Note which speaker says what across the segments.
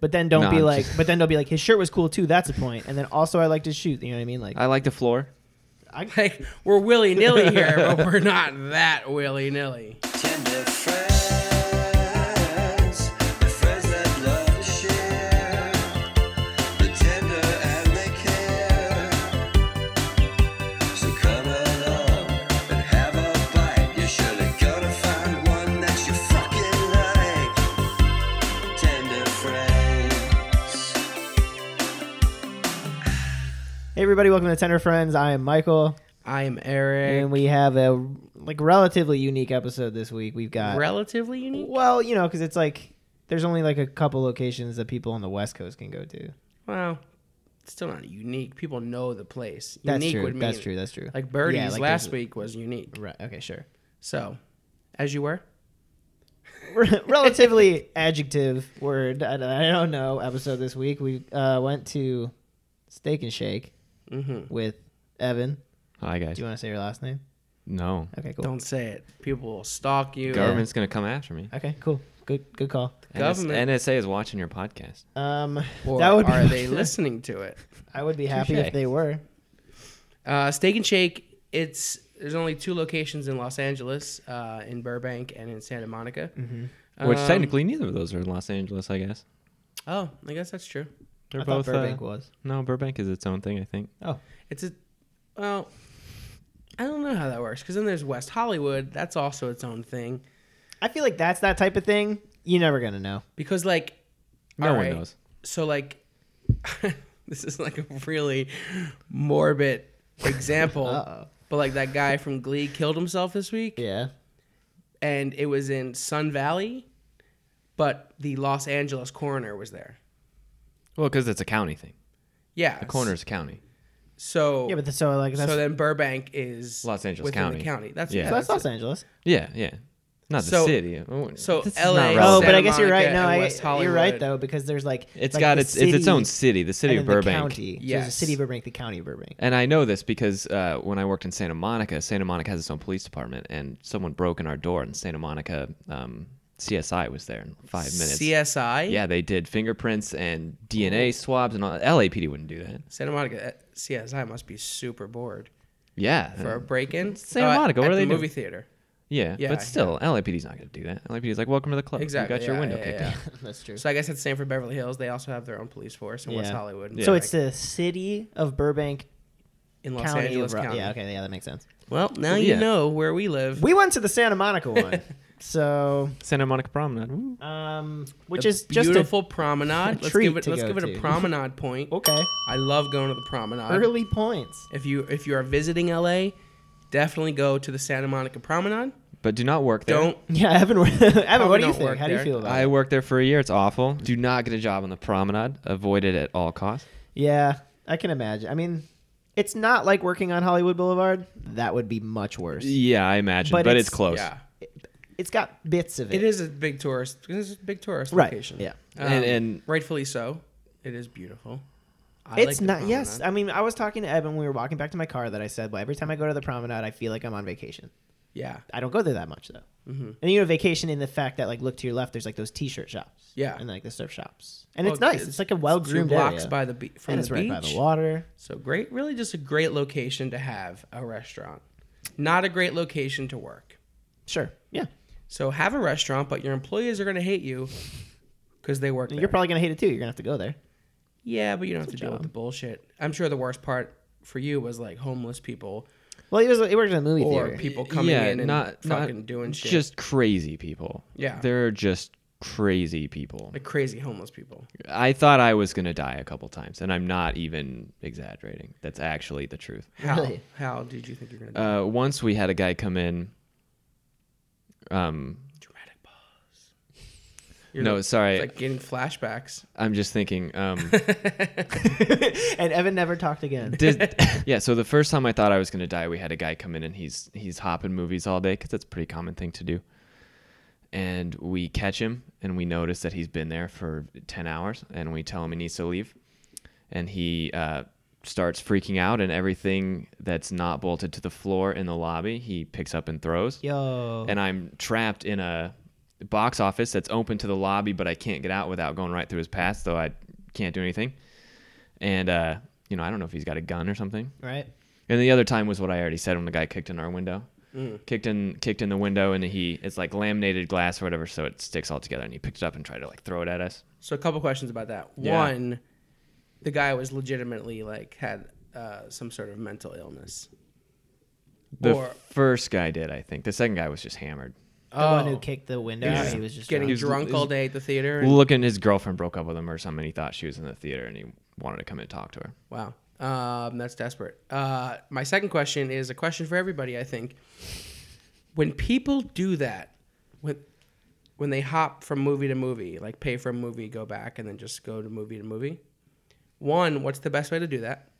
Speaker 1: But then don't
Speaker 2: No,
Speaker 1: be
Speaker 2: I'm
Speaker 1: like,
Speaker 2: just-
Speaker 1: but then don't be like, his shirt was cool too. That's a point. And then also, I liked his shoes. You know what I mean?
Speaker 3: Uh,
Speaker 1: Like,
Speaker 2: I like the floor.
Speaker 1: I,
Speaker 3: Like we're willy nilly here, but we're not that willy nilly.
Speaker 4: Tender friends, the friends that love to share, the tender and they care. So come along and have a bite. You're surely gonna find one that you fucking like. Tender friends.
Speaker 1: hey everybody, welcome to Tender Friends. I am Michael,
Speaker 3: I am Eric.
Speaker 1: and we have a like relatively unique episode this week. We've got
Speaker 3: Relatively unique.
Speaker 1: well, you know, because it's like there's only like a couple locations that people on the West Coast can go to.
Speaker 3: Well, it's still not unique. People know the place.
Speaker 1: That's
Speaker 3: unique
Speaker 1: true.
Speaker 3: would mean
Speaker 1: That's true. That's true.
Speaker 3: Like Birdie's
Speaker 1: Yeah, like
Speaker 3: last
Speaker 1: there's-
Speaker 3: week was unique.
Speaker 1: Right. Okay. Sure.
Speaker 3: So, as you were,
Speaker 1: relatively adjective word. I, don't- I don't know. Episode this week we uh, went to Steak and Shake
Speaker 3: Mhm.
Speaker 1: with Evan.
Speaker 2: Hi guys.
Speaker 1: Do you want to say your last name?
Speaker 2: No,
Speaker 1: Okay, cool.
Speaker 3: don't say it. People will stalk you.
Speaker 2: government's gonna come after me.
Speaker 1: Okay, cool. Good, good call.
Speaker 2: NS-
Speaker 3: Government.
Speaker 2: NSA is watching your podcast.
Speaker 1: Um,
Speaker 3: Or
Speaker 1: that would be,
Speaker 3: are they listening to it?
Speaker 1: I would be happy
Speaker 2: Touche.
Speaker 1: if they were.
Speaker 3: Uh, Steak and Shake. It's there's only two locations in Los Angeles, uh, in Burbank and in Santa Monica.
Speaker 1: Mm-hmm.
Speaker 2: Which
Speaker 3: Um,
Speaker 2: technically neither of those are in Los Angeles, I guess.
Speaker 3: Oh, I guess that's true.
Speaker 2: They're
Speaker 1: I thought
Speaker 2: both. uh,
Speaker 1: Burbank was.
Speaker 2: no, Burbank is its own thing, I think.
Speaker 1: Oh,
Speaker 3: It's a well, I don't know how that works because then there's West Hollywood. That's also its own thing
Speaker 1: I feel like that's that type of thing. You're never gonna know.
Speaker 3: because like
Speaker 2: No
Speaker 3: all
Speaker 2: one
Speaker 3: right,
Speaker 2: knows.
Speaker 3: So like, this is like a really morbid example,
Speaker 1: Uh-oh.
Speaker 3: but like that guy from Glee killed himself this week,
Speaker 1: Yeah.
Speaker 3: and it was in Sun Valley, but the Los Angeles coroner was there.
Speaker 2: Well, because it's a county thing.
Speaker 3: Yeah,
Speaker 2: The coroner's a county.
Speaker 3: So
Speaker 1: Yeah, but the, so like that's,
Speaker 3: so then Burbank is
Speaker 2: Los Angeles
Speaker 3: within
Speaker 2: County.
Speaker 3: The county. That's
Speaker 2: Yeah.
Speaker 3: yeah.
Speaker 1: so that's Los Angeles.
Speaker 2: Yeah, yeah. Not the
Speaker 3: So-
Speaker 2: city. Oh,
Speaker 3: so
Speaker 2: this is
Speaker 3: LA
Speaker 2: not
Speaker 1: Oh,
Speaker 3: is
Speaker 2: relevant.
Speaker 1: but I
Speaker 3: Santa
Speaker 1: guess you're right.
Speaker 3: Monica
Speaker 1: No,
Speaker 3: and
Speaker 1: I,
Speaker 3: West
Speaker 1: you're right
Speaker 3: Hollywood.
Speaker 1: though because there's like
Speaker 2: It's
Speaker 1: it's
Speaker 2: got its it's its own city, the city
Speaker 1: and
Speaker 2: of
Speaker 1: then the
Speaker 2: Burbank.
Speaker 1: county. So there's the
Speaker 3: Yes.
Speaker 1: city of Burbank, the county of Burbank.
Speaker 2: And I know this because uh, when I worked in Santa Monica, Santa Monica has its own police department, and someone broke in our door, and Santa Monica um, CSI was there in five minutes.
Speaker 3: CSI.
Speaker 2: yeah, they did fingerprints and DNA swabs, and all. LAPD wouldn't do that.
Speaker 3: Santa Monica uh, CSI must be super bored
Speaker 2: Yeah,
Speaker 3: for a break-in.
Speaker 2: Santa Monica, what
Speaker 3: at
Speaker 2: are
Speaker 3: the
Speaker 2: they doing?
Speaker 3: movie theater?
Speaker 2: yeah,
Speaker 3: yeah,
Speaker 2: but still, LAPD's not going to do that. LAPD's like, "Welcome to the club.
Speaker 3: Exactly,
Speaker 2: you got your
Speaker 3: yeah,
Speaker 2: window
Speaker 3: yeah,
Speaker 2: kicked
Speaker 3: yeah.
Speaker 2: in."
Speaker 1: that's true.
Speaker 3: So I guess it's the same for Beverly Hills. They also have their own police force in West
Speaker 1: Yeah.
Speaker 3: Hollywood. and
Speaker 1: So
Speaker 3: stuff
Speaker 1: it's the city of Burbank,
Speaker 3: like- in Los
Speaker 1: county
Speaker 3: Angeles
Speaker 1: of Ro-
Speaker 3: County.
Speaker 1: Yeah, okay, yeah, that makes sense.
Speaker 3: Well, now
Speaker 2: Well,
Speaker 3: you
Speaker 2: yeah.
Speaker 3: know where we live.
Speaker 1: We went to the Santa Monica one, so
Speaker 2: Santa Monica Promenade. Ooh.
Speaker 1: um, which
Speaker 3: A
Speaker 1: is just a,
Speaker 3: beautiful promenade. Let's
Speaker 1: treat
Speaker 3: give it.
Speaker 1: to
Speaker 3: Let's
Speaker 1: go
Speaker 3: give it a
Speaker 1: to.
Speaker 3: promenade point.
Speaker 1: okay
Speaker 3: I love going to the promenade.
Speaker 1: early points.
Speaker 3: If you if you are visiting LA, definitely go to the Santa Monica Promenade.
Speaker 2: But do not work there.
Speaker 3: Don't
Speaker 1: Yeah, Evan, Evan, what do you
Speaker 3: don't
Speaker 1: think?
Speaker 3: work
Speaker 1: How do you
Speaker 3: there.
Speaker 1: feel about
Speaker 2: I
Speaker 1: it?
Speaker 2: worked there for a year. It's awful. Do not get a job on the Promenade. Avoid it at all costs.
Speaker 1: Yeah, I can imagine. I mean, it's not like working on Hollywood Boulevard. That would be much worse.
Speaker 2: Yeah, I imagine,
Speaker 1: But
Speaker 2: but,
Speaker 1: it's-
Speaker 2: it's, close.
Speaker 3: Yeah,
Speaker 1: It's got bits of it.
Speaker 3: it is a big tourist. It's a big tourist
Speaker 1: Right,
Speaker 3: location. Um,
Speaker 1: yeah.
Speaker 2: And- and-
Speaker 3: rightfully so. It is beautiful. I like
Speaker 1: It's
Speaker 3: the
Speaker 1: not. Yes,
Speaker 3: promenade.
Speaker 1: I mean, I was talking to Evan when we were walking back to my car that I said, "Well, every time I go to the promenade, I feel like I'm on vacation."
Speaker 3: Yeah.
Speaker 1: I don't go there that much though.
Speaker 3: Mm-hmm.
Speaker 1: And you know, vacation in the fact that like look to your left, there's like those t-shirt shops.
Speaker 3: Yeah.
Speaker 1: and like the surf shops, and it's
Speaker 3: Well,
Speaker 1: nice. It's, like a well groomed
Speaker 3: Oh, Two blocks
Speaker 1: area.
Speaker 3: by the be- from
Speaker 1: and
Speaker 3: the
Speaker 1: it's
Speaker 3: beach.
Speaker 1: right by the water.
Speaker 3: So great, really just a great location to have a restaurant. Not a great location to work.
Speaker 1: Sure. Yeah.
Speaker 3: So have a restaurant, but your employees are going to hate you because they work.
Speaker 1: And
Speaker 3: There.
Speaker 1: You're probably gonna hate it too. You're gonna have to go there.
Speaker 3: yeah, but you don't have to deal
Speaker 1: job.
Speaker 3: with the bullshit. I'm sure the worst part for you was like homeless people
Speaker 1: Well, he was. He worked in a movie
Speaker 3: or
Speaker 1: theater.
Speaker 3: people coming in and fucking doing shit. Just
Speaker 2: Just crazy people.
Speaker 3: Yeah.
Speaker 2: they're just crazy people.
Speaker 3: like crazy homeless people.
Speaker 2: I thought I was gonna die a couple times, and I'm not even exaggerating. That's actually the truth.
Speaker 3: How
Speaker 1: Really?
Speaker 3: how did you think you're going to
Speaker 2: Uh, once we had a guy come in. Um,
Speaker 3: dramatic pause? You're
Speaker 2: no,
Speaker 3: like-
Speaker 2: sorry,
Speaker 3: it's like getting flashbacks.
Speaker 2: I'm just thinking. Um,
Speaker 1: and Evan never talked again.
Speaker 2: did, yeah, so the first time I thought I was gonna die, we had a guy come in and he's he's hopping movies all day because that's a pretty common thing to do. And we catch him and we notice that he's been there for ten hours, and we tell him he needs to leave, and he uh, starts freaking out, and everything that's not bolted to the floor in the lobby, he picks up and throws
Speaker 1: Yo.
Speaker 2: and I'm trapped in a box office that's open to the lobby, but I can't get out without going right through his path, so I can't do anything. And uh, you know, I don't know if he's got a gun or something.
Speaker 1: Right.
Speaker 2: And the other time was what I already said when the guy kicked in our window. Kicked in kicked in the window and he it's like laminated glass or whatever, so it sticks all together and he picked it up and tried to like throw it at us.
Speaker 3: So a couple questions about that.
Speaker 2: Yeah.
Speaker 3: One, the guy was legitimately like had uh, some sort of mental illness.
Speaker 2: The
Speaker 3: Or-
Speaker 2: first guy did, I think. The second guy was just hammered.
Speaker 1: The one
Speaker 3: Oh.
Speaker 1: who kicked the window.
Speaker 2: Yeah.
Speaker 1: He was just
Speaker 3: getting
Speaker 1: drunk.
Speaker 2: He's-
Speaker 3: drunk all day at the theater. And,
Speaker 2: Looking his girlfriend broke up with him or something, he thought she was in the theater and he wanted to come and talk to her.
Speaker 3: wow, um, that's desperate. Uh, my second question is a question for everybody. I think when people do that, when when they hop from movie to movie, like pay for a movie, go back, and then just go to movie to movie. One, what's the best way to do that?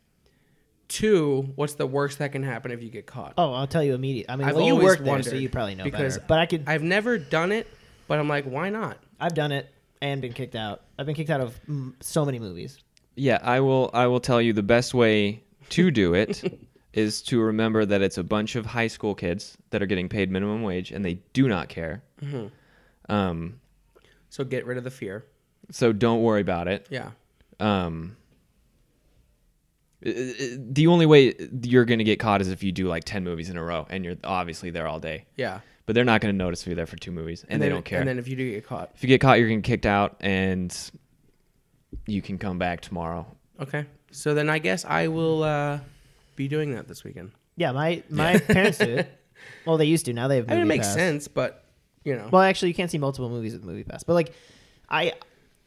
Speaker 3: Two, what's the worst that can happen if you get caught?
Speaker 1: Oh, I'll tell you immediately. I mean,
Speaker 3: I've
Speaker 1: well, you
Speaker 3: always
Speaker 1: work there,
Speaker 3: wondered
Speaker 1: so you probably know
Speaker 3: because
Speaker 1: better. But I could.
Speaker 3: I've never done it, but I'm like, why not?
Speaker 1: I've done it and been kicked out. I've been kicked out of mm, so many movies.
Speaker 2: Yeah, I will. I will tell you the best way to do it is to remember that it's a bunch of high school kids that are getting paid minimum wage and they do not care. Um,
Speaker 3: So get rid of the fear.
Speaker 2: so don't worry about it.
Speaker 3: Yeah.
Speaker 2: Um, i- i- Uh, the only way you're going to get caught is if you do like ten movies in a row and you're obviously there all day,
Speaker 3: Yeah.
Speaker 2: but they're not going to notice if you're there for two movies and, they
Speaker 3: then-
Speaker 2: don't care.
Speaker 3: And then if you do get caught,
Speaker 2: if you get caught, you're getting kicked out and you can come back tomorrow.
Speaker 3: okay. So then I guess I will uh, be doing that this weekend.
Speaker 1: Yeah, my my parents do it. Well, they used to. Now they have.
Speaker 3: I mean, it
Speaker 1: Movie
Speaker 3: makes
Speaker 1: Pass.
Speaker 3: sense, but you know,
Speaker 1: Well, actually, you can't see multiple movies with Movie Pass. But like, I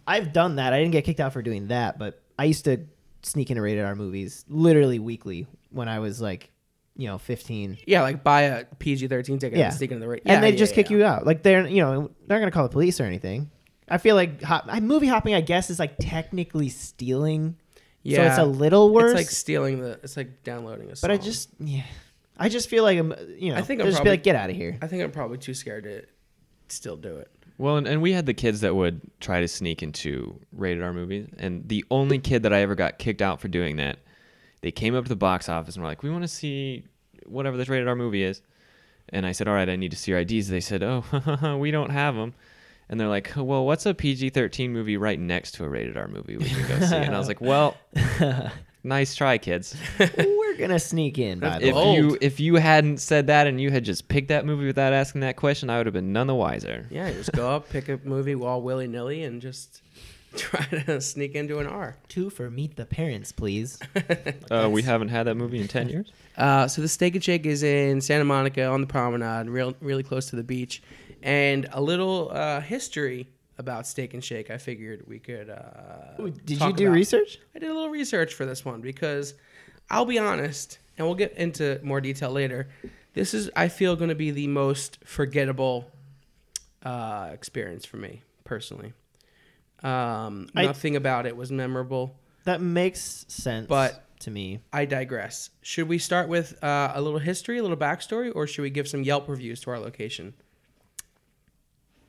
Speaker 1: I've done that. I didn't get kicked out for doing that, but I used to sneak into rated R movies literally weekly when I was like, you know, fifteen.
Speaker 3: yeah, like buy a PG-13 ticket
Speaker 1: Yeah.
Speaker 3: and sneak into the ra-
Speaker 1: and they just kick you out. Like they're you know they're not gonna call the police or anything. I feel like hop, I- movie hopping, I guess, is like technically stealing. so
Speaker 3: Yeah.
Speaker 1: it's a little worse.
Speaker 3: It's like stealing the. It's like downloading a. Song.
Speaker 1: but I just yeah, I just feel like I'm you know I
Speaker 3: I
Speaker 1: think
Speaker 3: think
Speaker 1: I'll
Speaker 3: I'm
Speaker 1: just be
Speaker 3: probably-
Speaker 1: like get out of here.
Speaker 3: I think I'm probably too scared to still do it.
Speaker 2: Well, and, and we had the kids that would try to sneak into rated R movies, and the only kid that I ever got kicked out for doing that, they came up to the box office and were like, "We want to see whatever this rated R movie is," and I said, "All right, I need to see your IDs." They said, "Oh, we don't have them," and they're like, "Well, what's a PG-13 movie right next to a rated R movie we can go see?" And I was like, "Well, nice try, kids.
Speaker 1: We're gonna sneak in. By the
Speaker 2: If
Speaker 1: way.
Speaker 3: Bold.
Speaker 2: you if you hadn't said that and you had just picked that movie without asking that question, I would have been none the wiser."
Speaker 3: Yeah, you just go up, pick a movie all willy nilly, and just try to sneak into an R.
Speaker 1: Two for meet the parents, please.
Speaker 2: Uh, we haven't had that movie in ten years.
Speaker 3: Uh, so the Steak and Shake is in Santa Monica on the promenade, real, really close to the beach. And a little uh, history about Steak and Shake. I figured we could. Uh,
Speaker 1: Did you
Speaker 3: talk
Speaker 1: do
Speaker 3: about.
Speaker 1: research?
Speaker 3: I did a little research for this one because I'll be honest, and we'll get into more detail later. This is, I feel, going to be the most forgettable uh, experience for me personally. Um,
Speaker 1: I-
Speaker 3: nothing about it was memorable.
Speaker 1: That makes sense,
Speaker 3: But-
Speaker 1: to me,
Speaker 3: I digress. Should we start with uh, a little history, a little backstory, or should we give some Yelp reviews to our location?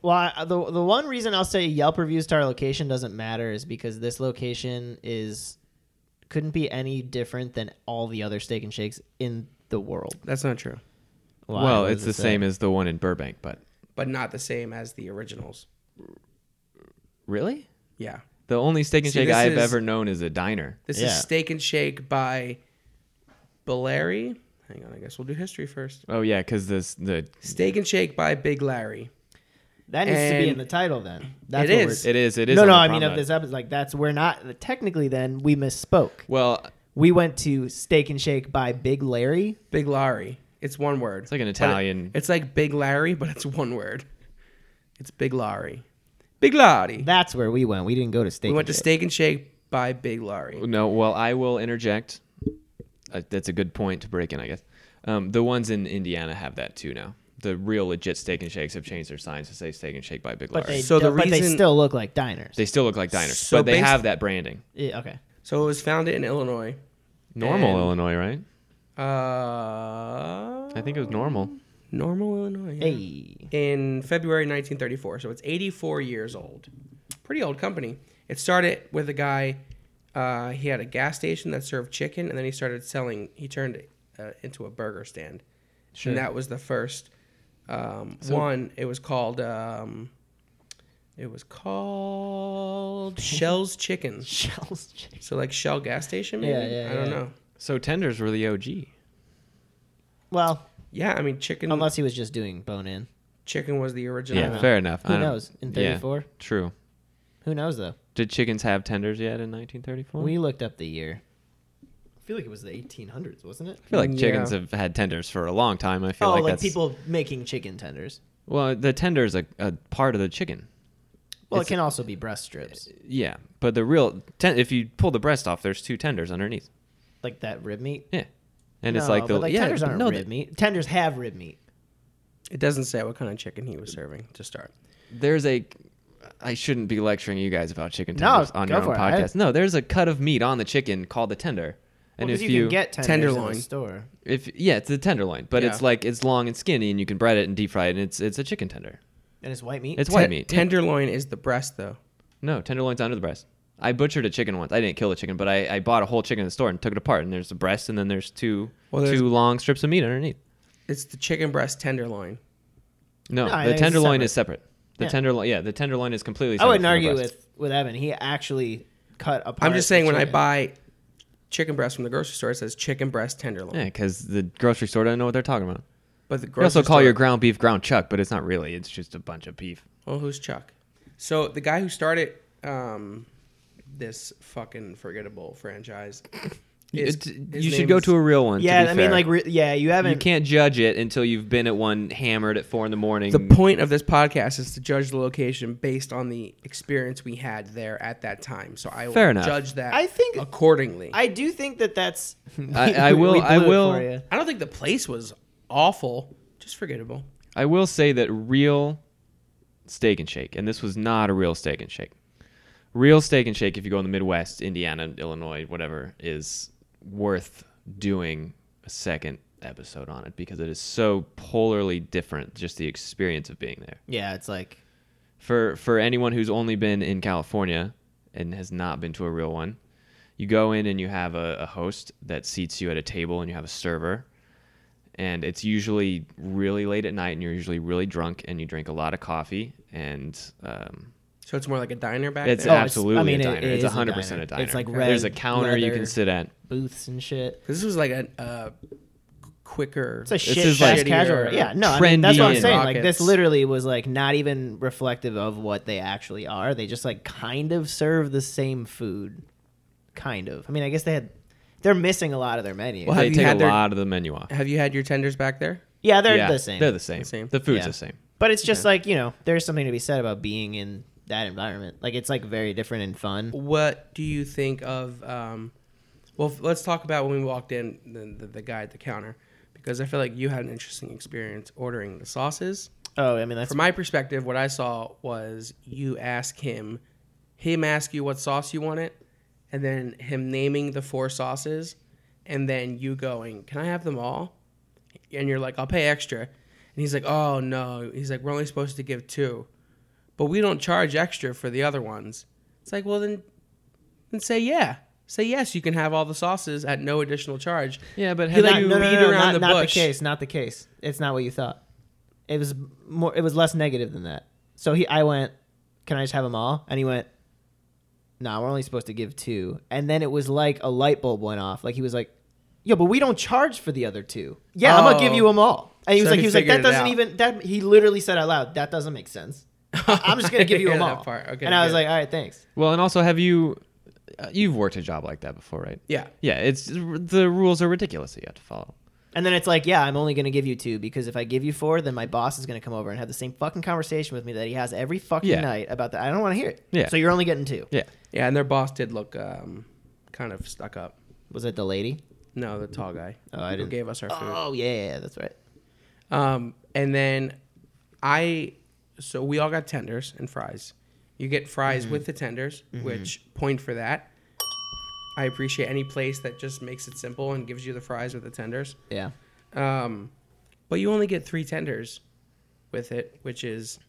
Speaker 1: well, I, the the one reason I'll say Yelp reviews to our location doesn't matter is because this location is couldn't be any different than all the other steak and shakes in the world.
Speaker 3: That's not true,
Speaker 1: Why?
Speaker 2: well,
Speaker 1: What
Speaker 2: it's
Speaker 1: does
Speaker 2: the
Speaker 1: it say?
Speaker 2: same as the one in Burbank, but
Speaker 3: but not the same as the originals.
Speaker 2: really,
Speaker 3: Yeah,
Speaker 2: the only steak and
Speaker 3: See,
Speaker 2: shake
Speaker 3: this
Speaker 2: I've
Speaker 3: is-
Speaker 2: ever known is a diner.
Speaker 3: this
Speaker 1: Yeah.
Speaker 3: is Steak and Shake by Bellary. Hang on, I guess we'll do history first.
Speaker 2: Oh yeah, because this the
Speaker 3: Steak and Shake by Big Larry.
Speaker 1: That needs to be in
Speaker 3: And
Speaker 1: the title then. That's
Speaker 3: it
Speaker 1: what
Speaker 3: is.
Speaker 1: We're,
Speaker 2: it is it is
Speaker 1: no,
Speaker 2: on
Speaker 1: no.
Speaker 2: the
Speaker 1: I mean, of
Speaker 2: promenade.
Speaker 1: this episode, like that's we're not technically. Then we misspoke.
Speaker 2: Well,
Speaker 1: We went to Steak and Shake by Big Larry.
Speaker 3: Big Larry. It's one word.
Speaker 2: it's like an
Speaker 3: But it-
Speaker 2: Italian.
Speaker 3: it's like Big Larry, but it's one word. It's Big Larry. Big Larry.
Speaker 1: That's where we went. We didn't go to Steak.
Speaker 3: We went
Speaker 1: and
Speaker 3: to
Speaker 1: Shake.
Speaker 3: Steak and Shake by Big Larry.
Speaker 2: no, well, I will interject. Uh, that's a good point to break in, I guess. Um, the ones in Indiana have that too now. The real legit steak and shakes have changed their signs to say steak and shake by Big
Speaker 1: but they
Speaker 2: Larry's.
Speaker 3: So the
Speaker 1: don't- but they
Speaker 3: reason-
Speaker 1: still look like diners.
Speaker 2: They still look like diners,
Speaker 3: So
Speaker 2: but they
Speaker 3: based-
Speaker 2: have that branding.
Speaker 1: Yeah, okay.
Speaker 3: So it was founded in Illinois.
Speaker 2: Normal
Speaker 3: And-
Speaker 2: Illinois, right?
Speaker 3: Uh,
Speaker 2: I think it was normal.
Speaker 3: Normal, Illinois. yeah.
Speaker 1: Hey,
Speaker 3: In February 1934, so it's 84 years old. Pretty old company. It started with a guy. Uh, he had a gas station that served chicken, and then he started selling. He turned it uh, into a burger stand, and that was the first um, one. It was called um, It was called Shell's Chicken.
Speaker 1: Shells.
Speaker 3: So like Shell gas station, maybe?
Speaker 1: Yeah, yeah,
Speaker 3: I don't
Speaker 1: yeah.
Speaker 3: know.
Speaker 2: So tenders were the OG.
Speaker 1: Well,
Speaker 3: Yeah, I mean chicken.
Speaker 1: unless he was just doing bone in.
Speaker 3: chicken was the original.
Speaker 2: Yeah,
Speaker 1: know.
Speaker 2: fair enough.
Speaker 1: Who
Speaker 2: I don't-
Speaker 1: knows? In
Speaker 2: yeah,
Speaker 1: 34?
Speaker 2: true.
Speaker 1: Who knows, though?
Speaker 2: Did chickens have tenders yet in 1934?
Speaker 1: We looked up the year. I feel like it was the 1800s, wasn't it?
Speaker 2: I feel like
Speaker 3: Yeah.
Speaker 2: chickens have had tenders for a long time. I feel
Speaker 1: Mm, Oh,
Speaker 2: like,
Speaker 1: like,
Speaker 2: that's
Speaker 1: people making chicken tenders.
Speaker 2: well, the tender is a, a part of the chicken.
Speaker 1: Well,
Speaker 2: It's-
Speaker 1: it can also be breast strips,
Speaker 2: Yeah, but the real ten- if you pull the breast off, there's two tenders underneath.
Speaker 1: like that rib meat.
Speaker 2: Yeah, and it's
Speaker 1: No,
Speaker 2: like the
Speaker 1: but, like
Speaker 2: yeah,
Speaker 1: tenders
Speaker 2: but
Speaker 1: aren't
Speaker 2: no,
Speaker 1: rib meat. Tenders have rib meat.
Speaker 3: It doesn't say what kind of chicken he was serving to start.
Speaker 2: there's a I shouldn't be lecturing you guys about chicken
Speaker 1: No,
Speaker 2: tenders on your
Speaker 1: go for
Speaker 2: own
Speaker 1: it. I-
Speaker 2: podcast. No, there's a cut of meat on the chicken called the tender. And
Speaker 1: Well, 'cause
Speaker 2: if you,
Speaker 1: you, can get tenders in
Speaker 3: Tenderloin.
Speaker 1: the store,
Speaker 2: if yeah, it's a tenderloin, but it's
Speaker 3: Yeah.
Speaker 2: like it's long and skinny, and you can bread it and deep fry it, and it's it's a chicken tender.
Speaker 1: and it's white meat.
Speaker 2: It's white
Speaker 3: Te-
Speaker 2: meat. yeah.
Speaker 3: Tenderloin is the breast though.
Speaker 2: No, tenderloin's under the breast. I butchered a chicken once. I didn't kill the chicken, but I, I bought a whole chicken in the store and took it apart. And there's the breast, and then there's two
Speaker 3: Well, there's-
Speaker 2: two long strips of meat underneath.
Speaker 3: It's the chicken breast tenderloin.
Speaker 2: No,
Speaker 1: No, I
Speaker 2: the
Speaker 1: think it's
Speaker 2: tenderloin is separate. The
Speaker 1: Yeah.
Speaker 2: tenderloin, yeah, the tenderloin is completely.
Speaker 1: I
Speaker 2: Separate
Speaker 1: wouldn't
Speaker 2: from the
Speaker 1: argue
Speaker 2: breast.
Speaker 1: with with Evan. He actually cut apart.
Speaker 3: I'm just saying
Speaker 1: the
Speaker 3: when I
Speaker 1: chicken.
Speaker 3: buy chicken breast from the grocery store, it says chicken breast tenderloin.
Speaker 2: Yeah, because the grocery store doesn't know what they're talking about.
Speaker 3: But the
Speaker 2: You
Speaker 3: grocery
Speaker 2: also call
Speaker 3: store,
Speaker 2: your ground beef ground chuck, but it's not really. It's just a bunch of beef.
Speaker 3: Well, who's Chuck? So the guy who started um, this fucking forgettable franchise. is-
Speaker 2: It's-
Speaker 3: his
Speaker 2: you should
Speaker 3: name
Speaker 2: go
Speaker 3: is-
Speaker 2: to a real one. to
Speaker 1: Yeah, I
Speaker 2: be
Speaker 1: mean,
Speaker 2: fair.
Speaker 1: like, re- yeah, you haven't.
Speaker 2: you can't judge it until you've been at one hammered at four in the morning.
Speaker 3: The point of this podcast is to judge the location based on the experience we had there at that time. So I will
Speaker 2: Fair enough.
Speaker 3: judge that
Speaker 1: I think-
Speaker 3: accordingly. I,
Speaker 1: I do think that that's.
Speaker 2: I- I will-
Speaker 1: we
Speaker 2: I
Speaker 1: blew it
Speaker 2: will-
Speaker 1: for you.
Speaker 3: don't think the place was awful, just forgettable.
Speaker 2: I will say that real steak and shake, and this was not a real steak and shake. Real steak and shake, if you go in the Midwest, Indiana, Illinois, whatever, is worth doing a second episode on it because it is so polarly different, just the experience of being there.
Speaker 1: Yeah, it's like
Speaker 2: for for anyone who's only been in California and has not been to a real one, you go in and you have a, a host that seats you at a table and you have a server, and it's usually really late at night and you're usually really drunk and you drink a lot of coffee and um,
Speaker 3: So it's more like a diner back
Speaker 2: it's uh,
Speaker 1: Oh,
Speaker 3: there.
Speaker 1: it's- I
Speaker 2: absolutely
Speaker 1: mean,
Speaker 2: a
Speaker 1: it-
Speaker 2: diner.
Speaker 1: it
Speaker 2: it's
Speaker 1: is a
Speaker 2: it's hundred percent a
Speaker 1: diner.
Speaker 2: diner.
Speaker 1: It's like
Speaker 2: there's a
Speaker 1: red
Speaker 2: counter you
Speaker 1: leather.
Speaker 2: can sit at.
Speaker 1: booths and shit.
Speaker 3: Oh, 'Cause this was like a uh, quicker.
Speaker 1: It's a shit
Speaker 2: is
Speaker 1: fast
Speaker 2: like-
Speaker 1: casual.
Speaker 3: shittier,
Speaker 1: Yeah, no, I mean, that's what I'm
Speaker 2: trendy
Speaker 1: saying.
Speaker 3: and-
Speaker 1: Like this literally was like not even reflective of what they actually are. They just like kind of serve the same food, kind of. I mean, I guess they had they're missing a lot of their menu.
Speaker 3: Well, have
Speaker 2: They
Speaker 3: you
Speaker 2: take a
Speaker 3: had their-
Speaker 2: lot of the menu off.
Speaker 3: Have you had your tenders back there?
Speaker 1: yeah, they're
Speaker 2: Yeah,
Speaker 1: the same.
Speaker 2: They're the same.
Speaker 3: The same.
Speaker 2: The food's
Speaker 1: Yeah.
Speaker 2: the same.
Speaker 1: but it's just like you know, there's something to be said about being in that environment. Like it's like very different and fun.
Speaker 3: What do you think of? Um, well, f- let's talk about when we walked in the, the, the guy at the counter because I feel like you had an interesting experience ordering the sauces.
Speaker 1: Oh, I mean, that's
Speaker 3: From my perspective, what I saw was you ask him, him ask you what sauce you wanted, and then him naming the four sauces, and then you going, "Can I have them all?" And you're like, "I'll pay extra," and he's like, "Oh no," he's like, "We're only supposed to give two, but we don't charge extra for the other ones." It's like, well then, then say yeah. Say yes, you can have all the sauces at no additional charge.
Speaker 2: Yeah, but have
Speaker 3: have like,
Speaker 1: not,
Speaker 3: you
Speaker 1: no, no,
Speaker 3: beat
Speaker 1: no, no,
Speaker 3: around
Speaker 1: not,
Speaker 3: the
Speaker 1: not
Speaker 3: bush.
Speaker 1: case. Not the case. It's not what you thought. It was more. It was less negative than that. So he, I went, "Can I just have them all?" And he went, "No, we're only supposed to give two. And then it was like a light bulb went off. Like he was like, "Yo, but we don't charge for the other two. Yeah, I'm gonna give
Speaker 3: Oh.
Speaker 1: you them all." And he was
Speaker 3: So
Speaker 1: like,
Speaker 3: he
Speaker 1: "He was like,
Speaker 3: figured
Speaker 1: that
Speaker 3: it
Speaker 1: doesn't
Speaker 3: out.
Speaker 1: even that." He literally said out loud, "That doesn't make sense. I'm just gonna give you
Speaker 3: Yeah,
Speaker 1: them
Speaker 3: that
Speaker 1: all."
Speaker 3: part. Okay,
Speaker 1: and I was
Speaker 3: good.
Speaker 1: like, "All right, thanks."
Speaker 2: Well, and also, have you uh, you've worked a job like that before, right?
Speaker 3: Yeah.
Speaker 2: Yeah, it's the rules are ridiculous that you have to follow.
Speaker 1: And then it's like, yeah, I'm only going to give you two because if I give you four, then my boss is going to come over and have the same fucking conversation with me that he has every fucking
Speaker 2: Yeah.
Speaker 1: night about that. I don't want to hear it.
Speaker 2: Yeah.
Speaker 1: So you're only getting two.
Speaker 2: Yeah.
Speaker 3: Yeah, and their boss did look um, kind of stuck up.
Speaker 1: Was it the lady?
Speaker 3: No, the tall guy.
Speaker 1: Oh, I
Speaker 3: who
Speaker 1: didn't-
Speaker 3: gave us our food.
Speaker 1: Oh yeah, yeah, that's right.
Speaker 3: Um, and then I, so we all got tenders and fries. You get fries
Speaker 1: Mm-hmm.
Speaker 3: with the tenders, which point for that. I appreciate any place that just makes it simple and gives you the fries with the tenders.
Speaker 1: Yeah.
Speaker 3: Um, but you only get three tenders with it, which is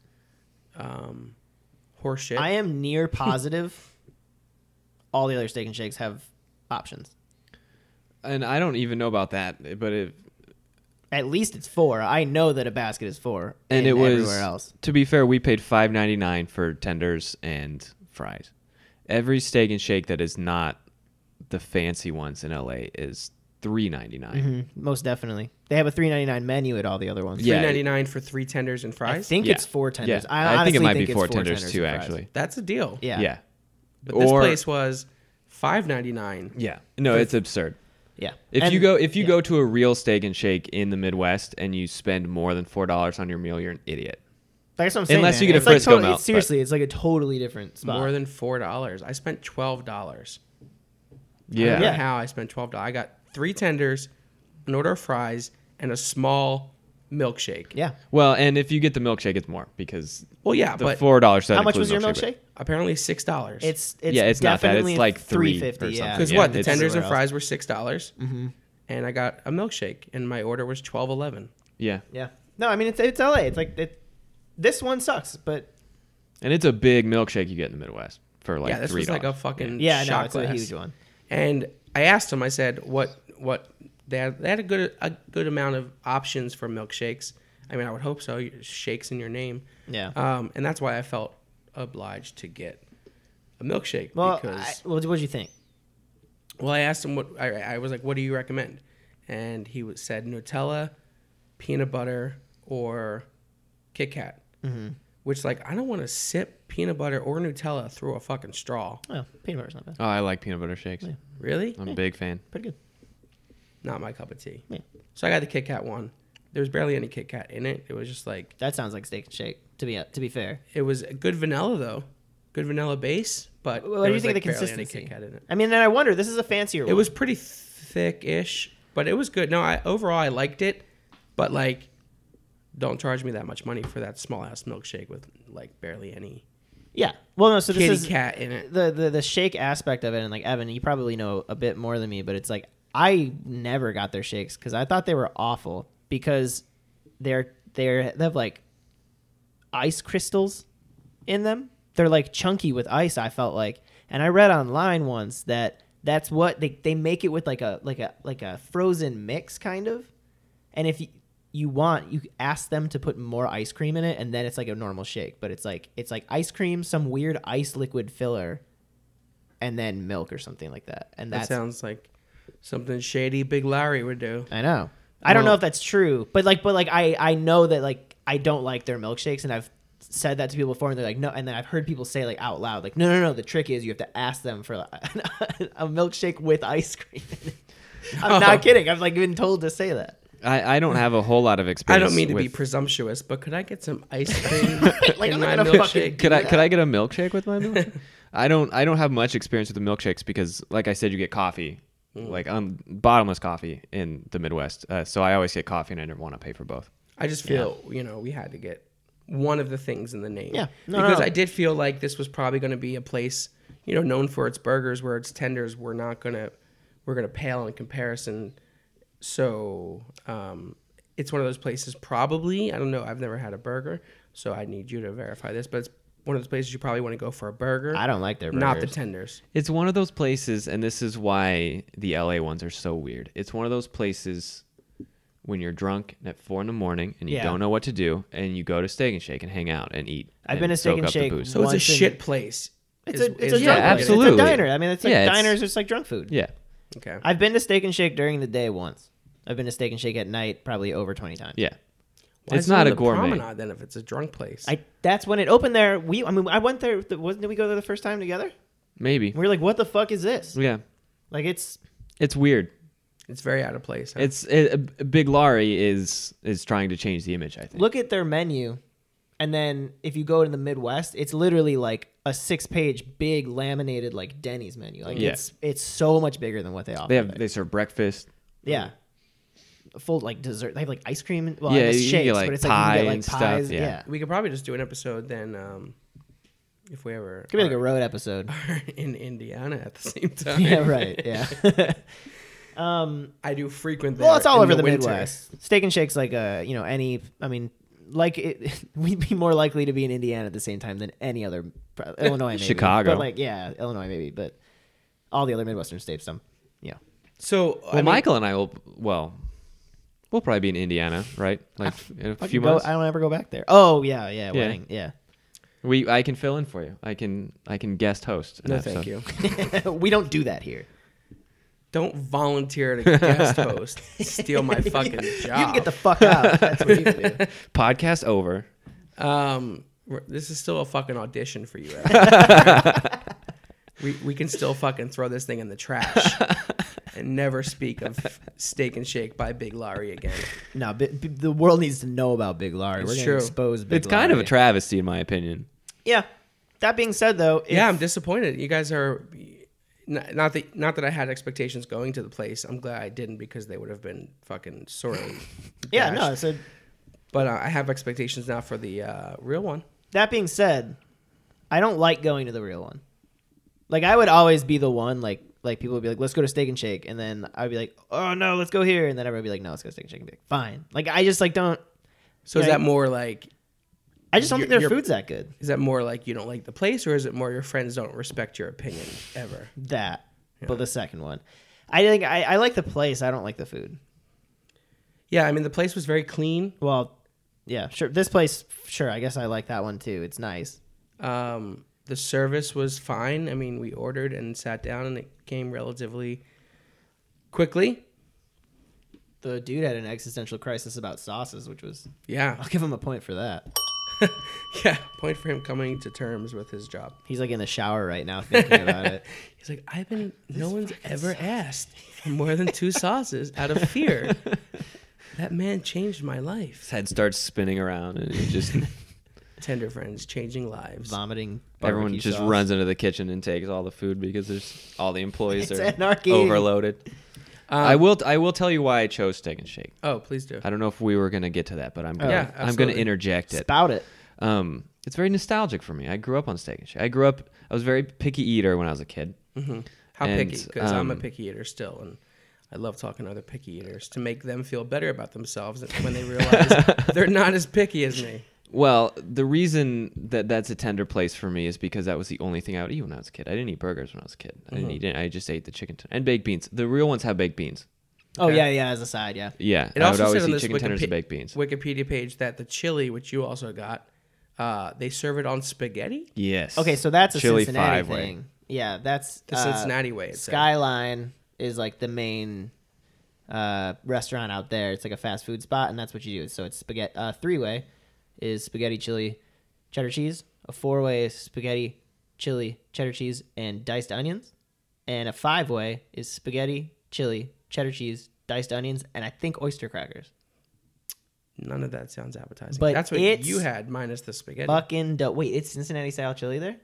Speaker 3: um, horseshit.
Speaker 1: I am near positive. all the other steak and shakes have options.
Speaker 2: And I don't even know about that, but if
Speaker 1: at least it's four. I know that a basket is four,
Speaker 2: and it was
Speaker 1: everywhere else.
Speaker 2: to be fair we paid 5.99 for tenders and fries every steak and shake that is not the fancy ones in la is 3.99
Speaker 1: Mhm, most definitely, they have a three ninety nine menu at all the other ones.
Speaker 2: Yeah.
Speaker 3: Three ninety nine for three tenders and
Speaker 1: I
Speaker 3: fries.
Speaker 1: think
Speaker 2: Yeah.
Speaker 1: it's four tenders.
Speaker 2: yeah.
Speaker 1: I,
Speaker 2: I,
Speaker 1: honestly
Speaker 2: think it might be
Speaker 1: it's
Speaker 2: four tenders, too
Speaker 1: and fries.
Speaker 2: actually
Speaker 3: That's a deal.
Speaker 1: Yeah.
Speaker 2: yeah
Speaker 3: But this
Speaker 2: Or-
Speaker 3: place was five ninety nine.
Speaker 2: yeah no it's absurd
Speaker 1: Yeah.
Speaker 2: if
Speaker 1: And-
Speaker 2: you go if you
Speaker 1: yeah.
Speaker 2: go to a real steak and shake in the midwest and you spend more than four dollars on your meal you're an idiot
Speaker 1: That's what I'm saying. man.
Speaker 2: Unless you get a
Speaker 1: It's like
Speaker 2: Frisco
Speaker 1: totally-
Speaker 2: melt,
Speaker 1: it's seriously, it's like a totally different spot.
Speaker 3: More than four dollars. I spent twelve dollars. I
Speaker 2: yeah
Speaker 3: don't know
Speaker 1: Yeah.
Speaker 3: how I spent twelve dollars. I got three tenders, an order of fries, and a small milkshake.
Speaker 1: yeah.
Speaker 2: well and if you get the milkshake it's more because
Speaker 3: Well, yeah,
Speaker 2: the
Speaker 3: but
Speaker 2: four dollars
Speaker 1: How much was your milkshake?
Speaker 3: apparently six dollars.
Speaker 1: It's it's
Speaker 2: Yeah, it's not that. It's
Speaker 1: definitely
Speaker 2: like three
Speaker 1: three fifty.
Speaker 2: or
Speaker 1: Yeah.
Speaker 2: something.
Speaker 3: because
Speaker 2: yeah,
Speaker 3: what the
Speaker 2: it's
Speaker 3: tenders and
Speaker 1: everywhere
Speaker 3: fries were six dollars,
Speaker 1: Mm-hmm.
Speaker 3: and I got a milkshake, and my order was twelve eleven.
Speaker 2: yeah
Speaker 1: Yeah. No, I mean it's it's LA. It's like it, this one sucks, but
Speaker 2: and it's a big milkshake you get in the midwest for like
Speaker 3: yeah, this
Speaker 2: three
Speaker 3: was like a
Speaker 2: dollars
Speaker 3: fucking
Speaker 1: yeah, no,
Speaker 3: shot
Speaker 1: it's a
Speaker 3: glass.
Speaker 1: huge one.
Speaker 3: And I asked him. I said, "What? What? They had, they had a good a good amount of options for milkshakes. I mean, I would hope so. Shakes in your name.
Speaker 1: Yeah.
Speaker 3: Um, and that's why I felt obliged to get a milkshake
Speaker 1: Well,
Speaker 3: because
Speaker 1: I, what would you think?
Speaker 3: well, I asked him what I, I was like, "What do you recommend?" And he was- said Nutella, peanut butter, or Kit Kat.
Speaker 1: Mm-hmm.
Speaker 3: Which like I don't want to sip peanut butter or Nutella through a fucking straw.
Speaker 1: Oh, peanut butter's not bad.
Speaker 2: oh i like peanut butter shakes
Speaker 3: Really?
Speaker 2: i'm a big fan
Speaker 1: Pretty good.
Speaker 3: Not my cup of tea.
Speaker 1: Yeah.
Speaker 3: So I got the Kit Kat one. There was barely any Kit Kat in it. It was just like
Speaker 1: That sounds like steak and shake. To be to be fair,
Speaker 3: it was a good vanilla though, good vanilla base. But
Speaker 1: what
Speaker 3: there
Speaker 1: do you
Speaker 3: was,
Speaker 1: think
Speaker 3: like,
Speaker 1: of the
Speaker 3: barely any
Speaker 1: consistency?
Speaker 3: Kit Kat in it.
Speaker 1: I mean, then I wonder. This is a fancier
Speaker 3: It
Speaker 1: one.
Speaker 3: was pretty thick-ish, but it was good. No, I overall I liked it, but like, don't charge me that much money for that small ass milkshake with like barely any
Speaker 1: Yeah. Well, no. So this
Speaker 3: kitty
Speaker 1: is
Speaker 3: cat in it.
Speaker 1: the, the the shake aspect of it, and like Evan, you probably know a bit more than me, but it's like I never got their shakes because I thought they were awful because they're they're they have like ice crystals in them. They're like chunky with ice. I felt like, and I read online once that that's what they they make it with like a like a like a frozen mix kind of, and if you you want you ask them to put more ice cream in it and then it's like a normal shake but it's like it's like ice cream some weird ice liquid filler and then milk or something like that and
Speaker 3: That
Speaker 1: that's
Speaker 3: sounds like something shady Big Larry would do.
Speaker 1: I know. I don't know
Speaker 3: Well-
Speaker 1: if that's true, but like, but like, I I know that like I don't like their milkshakes, and I've said that to people before, and they're like, no, and then I've heard people say like out loud, like, no, no, no. The trick is you have to ask them for a milkshake with ice cream. I'm
Speaker 3: Oh.
Speaker 1: not kidding. I've like been told to say that.
Speaker 2: I, I don't have a whole lot of
Speaker 3: I
Speaker 2: experience.
Speaker 3: don't mean to be
Speaker 2: with-
Speaker 3: presumptuous, but could I get some ice cream
Speaker 1: Like,
Speaker 3: in
Speaker 1: I'm
Speaker 3: my
Speaker 1: not gonna fucking
Speaker 3: milkshake?
Speaker 2: could I could I get a milkshake with my milkshake? I don't I don't have much experience with the milkshakes because like I said, you get coffee,
Speaker 3: Mm.
Speaker 2: like um, bottomless coffee in the Midwest. Uh, so I always get coffee and I never want to pay for both.
Speaker 3: I just feel, you know, we had to get one of the things in the name.
Speaker 1: Yeah. No, no,
Speaker 3: because
Speaker 1: no.
Speaker 3: I did feel like this was probably going to be a place, you know, known for its burgers where its tenders were not going to, we're going to pale in comparison. So um, it's one of those places probably, I don't know, I've never had a burger. So I need you to verify this, but it's one of those places you probably want to go for a burger.
Speaker 1: I don't like their
Speaker 3: Not the
Speaker 1: burgers.
Speaker 3: tenders.
Speaker 2: It's one of those places, and this is why the LA ones are so weird. It's one of those places when you're drunk at four in the morning and you
Speaker 1: Yeah.
Speaker 2: don't know what to do, and you go to Steak and Shake and hang out and eat.
Speaker 1: I've
Speaker 2: and
Speaker 1: been to Steak
Speaker 2: soak
Speaker 1: and
Speaker 2: up the
Speaker 1: Shake
Speaker 2: booze.
Speaker 3: So
Speaker 1: Once
Speaker 3: it's a
Speaker 1: in-
Speaker 3: shit place.
Speaker 1: It's
Speaker 3: is-
Speaker 1: a it's
Speaker 3: is
Speaker 1: a drunk
Speaker 3: what
Speaker 2: yeah,
Speaker 3: I'm
Speaker 1: place.
Speaker 3: getting at.
Speaker 1: It's
Speaker 2: absolutely.
Speaker 1: a diner. I mean, it's like
Speaker 2: Yeah, it's-
Speaker 1: diners. It's like drunk food.
Speaker 2: yeah,
Speaker 3: Okay.
Speaker 1: I've been to Steak and Shake during the day once. I've been to Steak and Shake at night probably over twenty times.
Speaker 2: yeah.
Speaker 3: Why
Speaker 2: it's
Speaker 3: is it on
Speaker 2: not a
Speaker 3: the
Speaker 2: gourmet.
Speaker 3: Promenade, then if it's a drunk place.
Speaker 1: I that's when it opened there. We I mean I went there. Wasn't did we go there the first time together?
Speaker 2: Maybe.
Speaker 1: And we were like, what the fuck is this?
Speaker 2: Yeah,
Speaker 1: Like it's
Speaker 2: it's weird.
Speaker 3: it's very out of place. huh?
Speaker 2: It's it, Big Larry is is trying to change the image. I think.
Speaker 1: look at their menu, and then if you go to the Midwest, it's literally like a six-page big laminated like Denny's menu. Like
Speaker 2: Yeah.
Speaker 1: it's it's so much bigger than what they offer.
Speaker 2: they have
Speaker 1: there.
Speaker 2: they serve breakfast.
Speaker 1: yeah. Full like dessert. They have like ice cream. and- Well,
Speaker 2: Yeah,
Speaker 1: yeah, I guess
Speaker 2: you can
Speaker 1: shakes,
Speaker 2: get, like,
Speaker 1: but it's like, you can
Speaker 2: pie
Speaker 1: get, like
Speaker 2: and stuff,
Speaker 1: pies.
Speaker 2: yeah.
Speaker 1: Yeah.
Speaker 3: We could probably just do an episode then, um, if we ever
Speaker 1: could be like a road episode.
Speaker 3: are in Indiana at the same time.
Speaker 1: yeah, right. Yeah. um,
Speaker 3: I do frequent.
Speaker 1: Well, it's
Speaker 3: there
Speaker 1: all
Speaker 3: in
Speaker 1: over the,
Speaker 3: winter.
Speaker 1: Midwest. Steak and Shake's like a you know any. I mean, like it, we'd be more likely to be in Indiana at the same time than any other pro- Illinois, maybe.
Speaker 2: Eh, Chicago.
Speaker 1: but like yeah, Illinois maybe, but all the other Midwestern states, some yeah.
Speaker 3: So,
Speaker 2: Well, Michael and I will. Well, We'll probably be in Indiana, right? Like in a
Speaker 1: Fucking
Speaker 2: few
Speaker 1: go-
Speaker 2: months.
Speaker 1: I don't ever go back there. Oh yeah, yeah,
Speaker 2: Yeah.
Speaker 1: wedding, yeah.
Speaker 2: we I can fill in for you. I can I can guest host. an
Speaker 3: No,
Speaker 2: episode.
Speaker 3: thank you.
Speaker 1: we don't do that here.
Speaker 3: Don't volunteer to guest host. Steal my fucking job.
Speaker 1: You can get the fuck out. That's what you do.
Speaker 2: Podcast over.
Speaker 3: Um, we're- this is still a fucking audition for you. Evan. we we can still fucking throw this thing in the trash and never speak of Steak and Shake by Big Larry again.
Speaker 1: No, bi- bi- the world needs to know about Big Larry.
Speaker 3: It's
Speaker 1: We're gonna
Speaker 3: true.
Speaker 1: expose Big
Speaker 2: it's kind of a
Speaker 1: Larry.
Speaker 2: travesty, in my opinion.
Speaker 1: Yeah. That being said, though, if-
Speaker 3: yeah, I'm disappointed. You guys are not, not that not that I had expectations going to the place. I'm glad I didn't because they would have been fucking sorely.
Speaker 1: yeah,
Speaker 3: dashed.
Speaker 1: no. So
Speaker 3: But uh, I have expectations now for the uh, real one.
Speaker 1: that being said, I don't like going to the real one. Like I would always be the one like like people would be like, let's go to Steak and Shake, and then I'd be like, oh no, let's go here, and then everyone would be like, no, let's go to Steak and Shake, and be like, fine. Like I just like don't.
Speaker 3: So is
Speaker 1: Yeah.
Speaker 3: that more like
Speaker 1: I just don't
Speaker 3: You're-
Speaker 1: think their
Speaker 3: you're-
Speaker 1: food's that good.
Speaker 3: is that more like you don't like the place, or is it more your friends don't respect your opinion ever?
Speaker 1: That, but the second one, I think I, I like the place. I don't like the food.
Speaker 3: Yeah, I mean the place was very clean.
Speaker 1: Well, yeah, sure. This place, sure. I guess I like that one too. It's nice.
Speaker 3: Um, the service was fine. I mean, we ordered and sat down, and it came relatively quickly.
Speaker 1: The dude had an existential crisis about sauces, which was
Speaker 3: Yeah,
Speaker 1: I'll give him a point for that.
Speaker 3: yeah. Point for him coming to terms with his job.
Speaker 1: He's like in the shower right now thinking about it.
Speaker 3: He's like, I've been. No one's ever asked for more than two sauces out of fear. that man changed my
Speaker 2: His
Speaker 3: life.
Speaker 2: head starts spinning around, and it just
Speaker 3: Tender friends changing lives.
Speaker 1: Vomiting.
Speaker 2: everyone
Speaker 1: barbecue
Speaker 2: just
Speaker 1: sauce.
Speaker 2: runs into the kitchen and takes all the food because there's all the employees
Speaker 1: It's
Speaker 2: are
Speaker 1: anarchy. Uh,
Speaker 2: overloaded. I will I will tell you why I chose Steak and Shake.
Speaker 3: Um, Oh, please do.
Speaker 2: I don't know if we were going to get to that, but
Speaker 1: Oh,
Speaker 2: I'm gonna,
Speaker 3: yeah,
Speaker 2: I'm going to
Speaker 3: absolutely.
Speaker 2: interject it.
Speaker 1: Spout it.
Speaker 2: Um, it's very nostalgic for me. I grew up on Steak and Shake. I grew up. I was a very picky eater when I was a kid.
Speaker 3: How
Speaker 2: And,
Speaker 3: picky? Because I'm a
Speaker 2: um,
Speaker 3: picky eater still, and I love talking to other picky eaters to make them feel better about themselves when they realize they're not as picky as me.
Speaker 2: Well, the reason that that's a tender place for me is because that was the only thing I would eat when I was a kid. I didn't eat burgers when I was a kid. I didn't eat. It. I just ate the chicken ten- and baked beans. The real ones have baked beans.
Speaker 1: Oh
Speaker 3: Okay.
Speaker 1: yeah, yeah. As a side, yeah.
Speaker 2: Yeah,
Speaker 3: It
Speaker 2: I would
Speaker 3: also
Speaker 2: always
Speaker 3: said on
Speaker 2: eat
Speaker 3: this
Speaker 2: chicken tenders
Speaker 3: Wikipe-
Speaker 2: and baked beans.
Speaker 3: Wikipedia page that the chili, which you also got, uh, they serve it on spaghetti.
Speaker 2: Yes.
Speaker 1: Okay, so that's a
Speaker 2: Chili
Speaker 1: Cincinnati
Speaker 2: five-way.
Speaker 1: thing. Yeah, that's
Speaker 3: The
Speaker 1: uh,
Speaker 3: Cincinnati way. It said.
Speaker 1: Skyline is like the main uh, restaurant out there. It's like a fast food spot, and that's what you do. So it's spaghetti uh, three way is spaghetti chili cheddar cheese. A four way is spaghetti chili cheddar cheese and diced onions, and a five way is spaghetti chili cheddar cheese diced onions and I think oyster crackers.
Speaker 3: None of that sounds appetizing.
Speaker 1: But
Speaker 3: That's what
Speaker 1: it's-
Speaker 3: you had minus the spaghetti.
Speaker 1: Fucking dope. Wait, it's Cincinnati style chili there.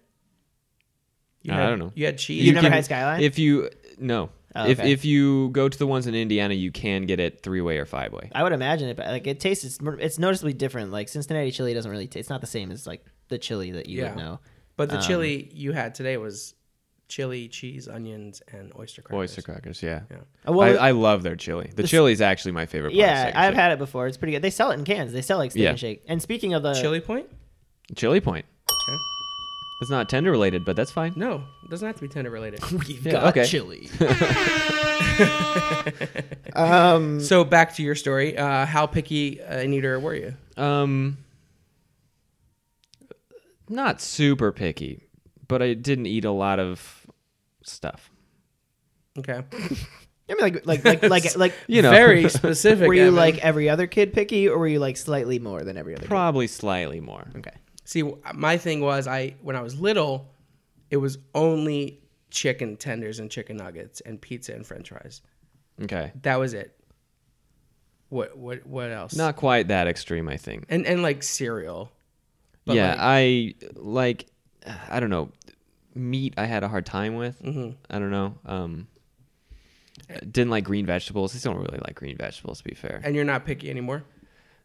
Speaker 3: You
Speaker 2: Uh, I
Speaker 3: had,
Speaker 2: don't know.
Speaker 3: You had cheese.
Speaker 1: You've never had Skyline?
Speaker 2: If you no,
Speaker 1: Oh,
Speaker 2: if
Speaker 1: okay.
Speaker 2: if you go to the ones in Indiana, you can get it three way or five way.
Speaker 1: I would imagine it, but like it tastes, it's, more- it's noticeably different. Like Cincinnati chili doesn't really taste, it's not the same as like the chili that you
Speaker 3: Yeah.
Speaker 1: would know.
Speaker 3: but
Speaker 2: Um,
Speaker 3: the chili you had today was chili, cheese, onions, and oyster crackers.
Speaker 2: Oyster crackers, yeah.
Speaker 3: Yeah.
Speaker 1: Uh, well,
Speaker 2: I,
Speaker 1: the-
Speaker 2: I love their chili. The chili is actually my favorite. part of
Speaker 1: Yeah,
Speaker 2: Steak and
Speaker 1: I've
Speaker 2: Shake.
Speaker 1: had it before. It's pretty good. They sell it in cans. They sell like steak
Speaker 2: Yeah.
Speaker 1: and shake. And speaking of the
Speaker 3: Uh, Chili point?
Speaker 2: chili point.
Speaker 3: Okay.
Speaker 2: It's not tender related, but that's fine.
Speaker 3: No, it doesn't have to be tender related.
Speaker 1: we've
Speaker 2: Yeah,
Speaker 1: got
Speaker 2: okay.
Speaker 1: chili. um,
Speaker 3: so back to your story. Uh, how picky uh, an eater were you?
Speaker 2: Um, not super picky, but I didn't eat a lot of stuff.
Speaker 3: Okay.
Speaker 1: I mean, like, like, like, like, like,
Speaker 2: You know,
Speaker 3: very specific.
Speaker 1: were you
Speaker 3: Evan.
Speaker 1: like every other kid picky, or were you like slightly more than every other?
Speaker 2: probably slightly more.
Speaker 1: kid? Okay.
Speaker 3: See, w- my thing was I when I was little, it was only chicken tenders and chicken nuggets and pizza and French fries.
Speaker 2: Okay,
Speaker 3: That was it. What what what else?
Speaker 2: not quite that extreme, I think.
Speaker 3: and and like cereal. But,
Speaker 2: yeah,
Speaker 3: like-
Speaker 2: I like. I don't know. Meat, I had a hard time with.
Speaker 3: Mm-hmm.
Speaker 2: I don't know. Um, didn't like green vegetables. I still don't really like green vegetables. To be fair,
Speaker 3: and you're not picky anymore.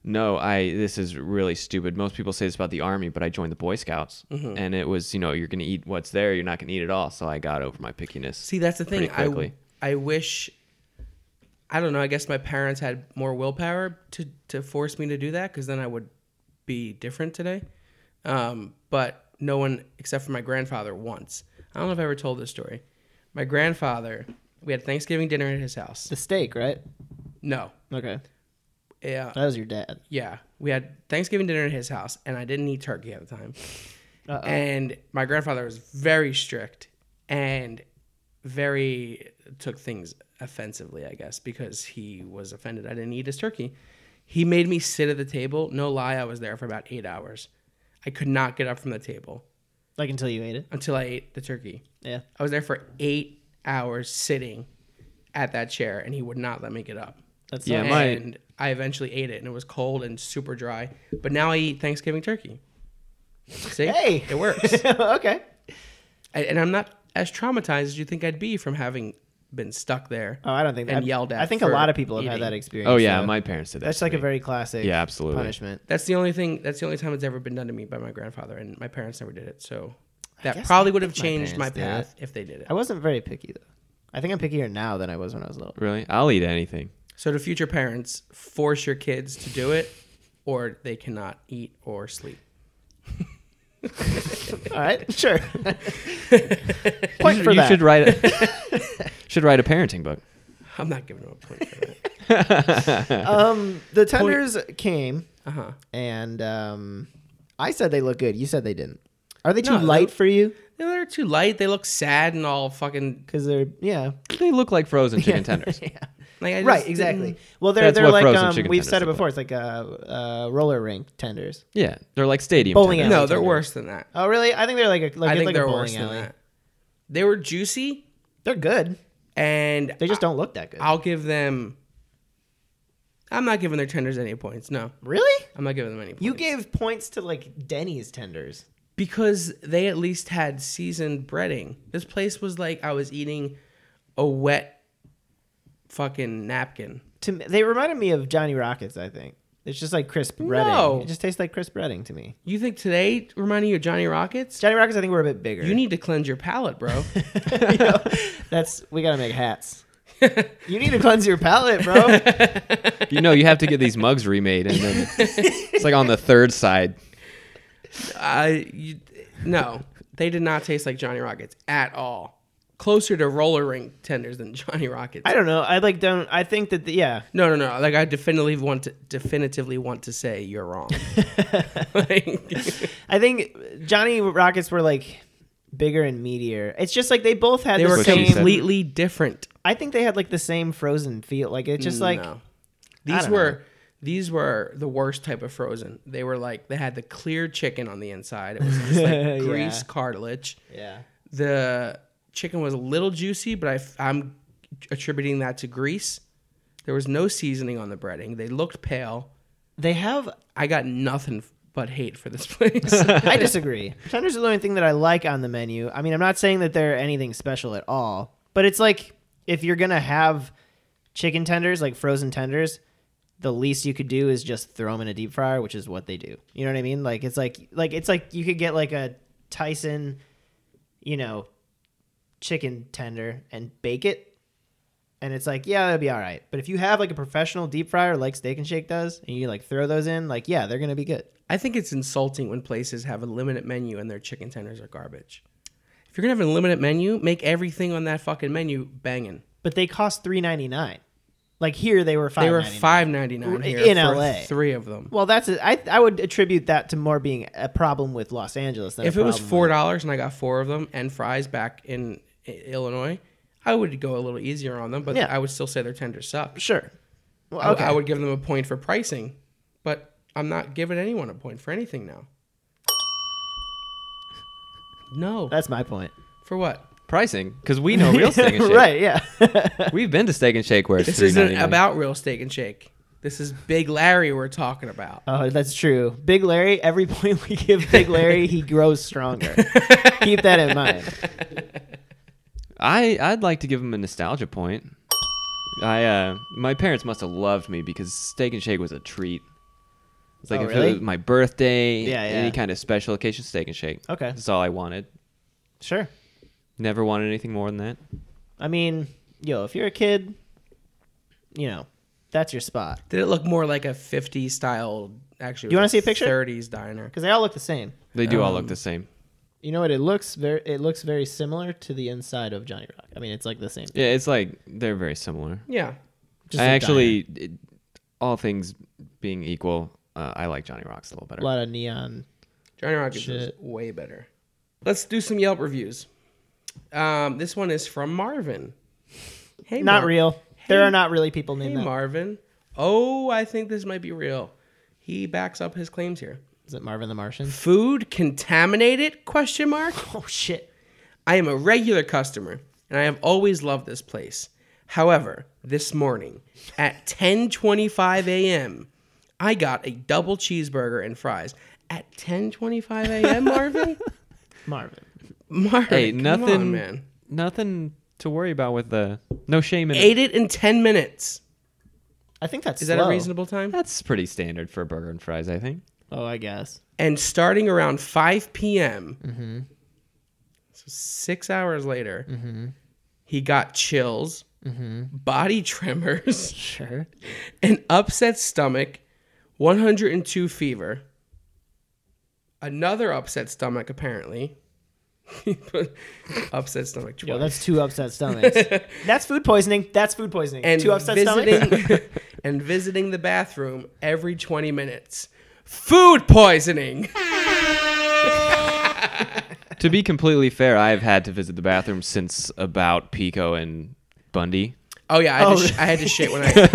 Speaker 2: no, I this is really stupid. Most people say this about the army, but I joined the Boy Scouts,
Speaker 1: Mm-hmm.
Speaker 2: and it was you know you're gonna eat what's there, you're not gonna eat it all. So I got over my pickiness.
Speaker 3: See, that's the thing.
Speaker 2: Pretty
Speaker 3: I
Speaker 2: quickly.
Speaker 3: I wish. I don't know. I guess my parents had more willpower to to force me to do that because then I would be different today. Um, but no one except for my grandfather once. I don't know if I ever told this story. My grandfather, we had Thanksgiving dinner at his house.
Speaker 1: The steak, right?
Speaker 3: No,
Speaker 1: Okay.
Speaker 3: Yeah.
Speaker 1: That was your dad.
Speaker 3: Yeah. We had Thanksgiving dinner at his house, and I didn't eat turkey at the time.
Speaker 1: Uh-oh.
Speaker 3: And my grandfather was very strict and very took things offensively, I guess, because he was offended I didn't eat his turkey. He made me sit at the table. No lie, I was there for about eight hours. I could not get up from the table
Speaker 1: Like until you ate it.
Speaker 3: until I ate the turkey.
Speaker 1: Yeah.
Speaker 3: I was there for eight hours sitting at that chair, and he would not let me get up.
Speaker 1: That's
Speaker 2: Yeah,
Speaker 1: not-
Speaker 2: my-
Speaker 3: and I eventually ate it, and it was cold and super dry. But now I eat Thanksgiving turkey. See,
Speaker 1: Hey!
Speaker 3: it works.
Speaker 1: okay.
Speaker 3: I, and I'm not as traumatized as you think I'd be from having been stuck there.
Speaker 1: Oh, I don't think that.
Speaker 3: And yelled at
Speaker 1: I think a
Speaker 3: for
Speaker 1: lot of people have
Speaker 3: eating.
Speaker 1: had that experience.
Speaker 2: Oh yeah,
Speaker 1: so
Speaker 2: my parents did that.
Speaker 1: That's
Speaker 2: to
Speaker 1: like a
Speaker 2: me.
Speaker 1: very classic.
Speaker 2: Yeah, absolutely.
Speaker 1: Punishment.
Speaker 3: That's the only thing. That's the only time it's ever been done to me by my grandfather, and my parents never did it. So that
Speaker 1: guess
Speaker 3: probably
Speaker 1: I
Speaker 3: would have
Speaker 1: think my
Speaker 3: changed my
Speaker 1: parents did
Speaker 3: path if they did it.
Speaker 1: I wasn't very picky though. I think I'm pickier now than I was when I was little.
Speaker 2: really. I'll eat anything.
Speaker 3: So to future parents, force your kids to do it, or they cannot eat or sleep.
Speaker 1: All right, sure.
Speaker 2: you
Speaker 1: Point
Speaker 2: should-
Speaker 1: for
Speaker 2: you
Speaker 1: that.
Speaker 2: should write a, should write a parenting book.
Speaker 3: I'm not giving them a point for that.
Speaker 1: um, the tenders came,
Speaker 3: Uh huh.
Speaker 1: and um, I said they look good. You said they didn't. Are they too
Speaker 3: No, they
Speaker 1: light
Speaker 3: look-
Speaker 1: for you?
Speaker 3: No, they're too light. They look sad and all fucking
Speaker 1: Because they're yeah,
Speaker 2: They look like frozen chicken tenders.
Speaker 3: like I just
Speaker 1: right,
Speaker 3: mm.
Speaker 1: exactly. Well, they're
Speaker 2: That's
Speaker 1: they're
Speaker 2: what
Speaker 1: like
Speaker 2: frozen
Speaker 1: um,
Speaker 2: chicken
Speaker 1: we've
Speaker 2: tenders
Speaker 1: said it
Speaker 2: look
Speaker 1: before. It's like uh, uh, roller rink tenders.
Speaker 2: Yeah, they're like stadium
Speaker 1: Bowling
Speaker 2: tenders.
Speaker 1: alley.
Speaker 3: No, they're
Speaker 1: tenders.
Speaker 3: worse than that.
Speaker 1: Oh really? I think they're like a, like,
Speaker 3: I
Speaker 1: it's
Speaker 3: think
Speaker 1: like
Speaker 3: they're
Speaker 1: a
Speaker 3: worse
Speaker 1: bowling
Speaker 3: than
Speaker 1: alley.
Speaker 3: that. They were juicy,
Speaker 1: They're good.
Speaker 3: and
Speaker 1: They just don't look that good.
Speaker 3: I'll give them. I'm not giving their tenders any points. No,
Speaker 1: really?
Speaker 3: I'm not giving them any points.
Speaker 1: You gave points to like Denny's tenders.
Speaker 3: because they at least had seasoned breading. This place was like I was eating a wet fucking napkin.
Speaker 1: To me, they reminded me of Johnny Rockets. I think it's just like crisp breading.
Speaker 3: No.
Speaker 1: It just tastes like crisp breading to me.
Speaker 3: You think today reminding you of Johnny Rockets?
Speaker 1: Johnny Rockets, I think we're a bit bigger.
Speaker 3: You need to cleanse your palate, bro.
Speaker 1: You know, that's we gotta make hats. You need to cleanse your palate, bro.
Speaker 2: You know, you have to get these mugs remade, and then it's like on the third side.
Speaker 3: I you, no, they did not taste like Johnny Rockets at all. Closer to roller rink tenders than Johnny Rockets.
Speaker 1: I don't know. I like don't. I think that the, yeah.
Speaker 3: no, no, no. Like I definitively want to definitively want to say you're wrong. Like,
Speaker 1: I think Johnny Rockets were like bigger and meatier. It's just like they both had
Speaker 3: they
Speaker 1: the
Speaker 3: were
Speaker 2: That's what she
Speaker 1: same.
Speaker 2: said.
Speaker 3: completely different.
Speaker 1: I think they had like the same frozen feel. Like it's just like
Speaker 3: No. these
Speaker 1: Mm, don't
Speaker 3: were
Speaker 1: know.
Speaker 3: these were the worst type of frozen. They were like they had the clear chicken on the inside. It was just like grease
Speaker 1: Yeah.
Speaker 3: cartilage.
Speaker 1: yeah.
Speaker 3: The chicken was a little juicy, but I, am attributing that to grease. There was no seasoning on the breading. They looked pale.
Speaker 1: They have.
Speaker 3: I got nothing but hate for this place.
Speaker 1: I disagree. Tenders are the only thing that I like on the menu. I mean, I'm not saying that they're anything special at all, but it's like if you're gonna have chicken tenders, like frozen tenders, the least you could do is just throw them in a deep fryer, which is what they do. You know what I mean? Like it's like like it's like you could get like a Tyson, you know, chicken tender and bake it. And it's like, yeah, that'll be all right. But if you have like a professional deep fryer like Steak and Shake does, and you like throw those in, like, yeah, they're gonna be good.
Speaker 3: I think it's insulting when places have a limited menu and their chicken tenders are garbage. If you're gonna have a limited menu, make everything on that fucking menu banging.
Speaker 1: but they cost three ninety nine. Like here, they were five.
Speaker 3: They were five ninety nine here
Speaker 1: In
Speaker 3: for
Speaker 1: LA.
Speaker 3: Three of them.
Speaker 1: Well, that's a, I I would attribute that to more being a problem with Los Angeles than a
Speaker 3: if it was
Speaker 1: problem
Speaker 3: four dollars and I got four of them and fries back in I- Illinois, I would go a little easier on them, but
Speaker 1: Yeah.
Speaker 3: I would still say their tender suck.
Speaker 1: with- sure.
Speaker 3: I-
Speaker 1: Well, okay.
Speaker 3: I, would give them a point for pricing, but I'm not giving anyone a point for anything now. No,
Speaker 1: that's my point.
Speaker 3: for what?
Speaker 2: Pricing, because we know real steak and shake.
Speaker 1: right? Yeah.
Speaker 2: We've been to steak and shake where it's
Speaker 3: This
Speaker 2: three ninety
Speaker 3: isn't
Speaker 2: nine.
Speaker 3: about real steak and shake. This is Big Larry we're talking about.
Speaker 1: oh, that's true. Big Larry. Every point we give Big Larry, he grows stronger. Keep that in mind.
Speaker 2: I I'd like to give him a nostalgia point. I uh, my parents must have loved me because steak and shake was a treat. It's like
Speaker 1: Oh,
Speaker 2: if
Speaker 1: really?
Speaker 2: it was my birthday,
Speaker 1: Yeah, yeah.
Speaker 2: any kind of special occasion, steak and shake.
Speaker 1: Okay.
Speaker 2: that's all I wanted.
Speaker 1: Sure.
Speaker 2: Never wanted anything more than that.
Speaker 1: I mean, yo, if you're a kid, you know, that's your spot
Speaker 3: Did it look more like a 50s style? Actually,
Speaker 1: You wanna see a picture?
Speaker 3: 30s diner.
Speaker 1: because they all look the same.
Speaker 2: They do all look
Speaker 1: Um,
Speaker 2: the same.
Speaker 1: You know what? It looks very. It looks very similar to the inside of Johnny Rock. I mean, it's like the same.
Speaker 2: Yeah, it's like they're very similar.
Speaker 3: Yeah,
Speaker 1: Just
Speaker 2: I
Speaker 1: a
Speaker 2: actually, it- all things being equal, uh, I like Johnny Rocks a little
Speaker 1: A
Speaker 2: better.
Speaker 1: lot of neon.
Speaker 3: Johnny Rockets is
Speaker 1: Shit.
Speaker 3: way better. Let's do some Yelp reviews. Um, this one is from Marvin. Hey,
Speaker 1: Not
Speaker 3: Mar-
Speaker 1: real. There are not really people
Speaker 3: Hey,
Speaker 1: named that.
Speaker 3: Marvin. Oh, I think this might be real. He backs up his claims here.
Speaker 1: Is it Marvin the Martian?
Speaker 3: Food contaminated? Question mark.
Speaker 1: Oh shit.
Speaker 3: I am a regular customer and I have always loved this place. However, this morning at 10:25 a.m., I got a double cheeseburger and fries. At 10:25 a.m., Marvin?
Speaker 1: Marvin.
Speaker 3: Marvin,
Speaker 2: hey,
Speaker 3: come
Speaker 2: nothing,
Speaker 3: on, man.
Speaker 2: nothing to worry about with the no shame in it.
Speaker 3: Ate it in 10 minutes.
Speaker 1: I think that's
Speaker 3: Is that
Speaker 1: slow.
Speaker 3: a reasonable time?
Speaker 2: That's pretty standard for a burger and fries, I think.
Speaker 1: Oh, I guess.
Speaker 3: And starting around 5 p.m.
Speaker 1: Mm-hmm.
Speaker 3: So 6 hours later,
Speaker 1: Mm-hmm.
Speaker 3: he got chills, body tremors,
Speaker 1: Sure.
Speaker 3: an upset stomach, 102 fever, another upset stomach apparently. upset stomach
Speaker 1: Yo,
Speaker 3: twice.
Speaker 1: that's two upset stomachs. that's food poisoning. That's food poisoning.
Speaker 3: and
Speaker 1: two upset stomachs.
Speaker 3: visiting and visiting the bathroom every 20 minutes. Food poisoning.
Speaker 2: to be completely fair, I've had to visit the bathroom since about Pico and Bundy.
Speaker 3: Oh yeah, I had, to, sh- I had to shit when I, when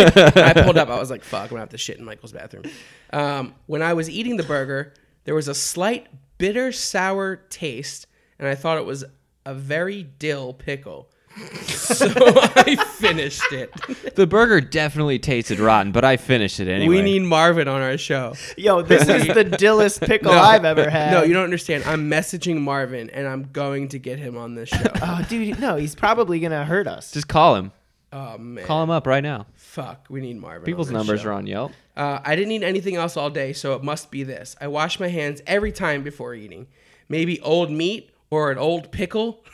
Speaker 3: I pulled up. I was like, "Fuck, I'm gonna have to shit in Michael's bathroom." Um, when I was eating the burger, there was a slight bitter sour taste, and I thought it was a very dill pickle. So I finished it.
Speaker 2: The burger definitely tasted rotten, but I finished it anyway.
Speaker 3: We need Marvin on our show.
Speaker 1: Yo, this is the dillest pickle
Speaker 3: No.
Speaker 1: I've ever had.
Speaker 2: Um,
Speaker 3: No, you don't understand. I'm messaging Marvin, and I'm going to get him on this show.
Speaker 1: Oh, dude, no, he's probably gonna hurt us.
Speaker 2: just call him.
Speaker 3: oh man,
Speaker 2: Call him up right now.
Speaker 3: fuck, we need Marvin.
Speaker 2: People's
Speaker 3: on this
Speaker 2: numbers
Speaker 3: show.
Speaker 2: are on Yelp.
Speaker 3: Uh, I didn't eat anything else all day, so it must be this. I wash my hands every time before eating. Maybe old meat or an old pickle.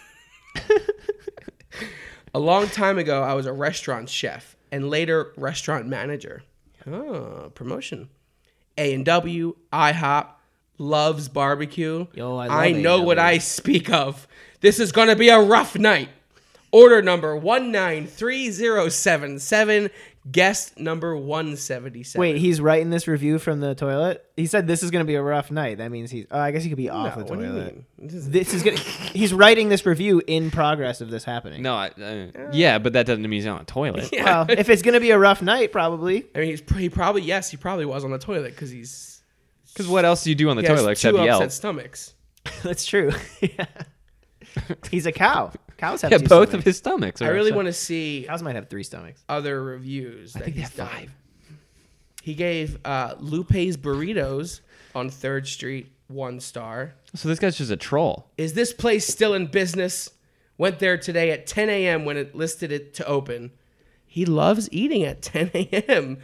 Speaker 3: a long time ago, I was a restaurant chef and later restaurant manager. Oh, promotion. A and W, IHOP, loves barbecue.
Speaker 1: Yo, I love
Speaker 3: know what
Speaker 1: A&W.
Speaker 3: I speak of. This is gonna be a rough night. Order number one nine three zero seven seven. Guest number one seventy seven.
Speaker 1: Wait, he's writing this review from the toilet. He said this is gonna be a rough night. That means he's. Oh, I guess he could be off the
Speaker 3: what do
Speaker 1: toilet.
Speaker 3: you mean? This is-
Speaker 1: This is gonna. He's writing this review in progress of this happening.
Speaker 2: No, I, uh, yeah, but that doesn't mean he's on a toilet.
Speaker 1: Well, if it's gonna be a rough night, probably.
Speaker 3: I mean, he's pr- he probably yes, he probably was on the toilet because he's
Speaker 2: Because what else do you do on the
Speaker 3: he has
Speaker 2: toilet except
Speaker 3: two upset
Speaker 2: yell?
Speaker 3: stomachs.
Speaker 1: That's true. yeah. He's a cow. Cows have
Speaker 2: Yeah,
Speaker 1: two
Speaker 2: both of
Speaker 1: stomachs.
Speaker 2: his stomachs. Are
Speaker 3: I really
Speaker 2: upset.
Speaker 3: want to see
Speaker 1: Cows might have three stomachs.
Speaker 3: other reviews. That
Speaker 2: I think they
Speaker 3: he's
Speaker 2: have
Speaker 3: done.
Speaker 2: five.
Speaker 3: He gave uh, Lupe's Burritos on Third Street one star.
Speaker 2: So this guy's just a troll.
Speaker 3: Is this place still in business? Went there today at 10 a.m. when it listed it to open. He loves eating at 10 a.m.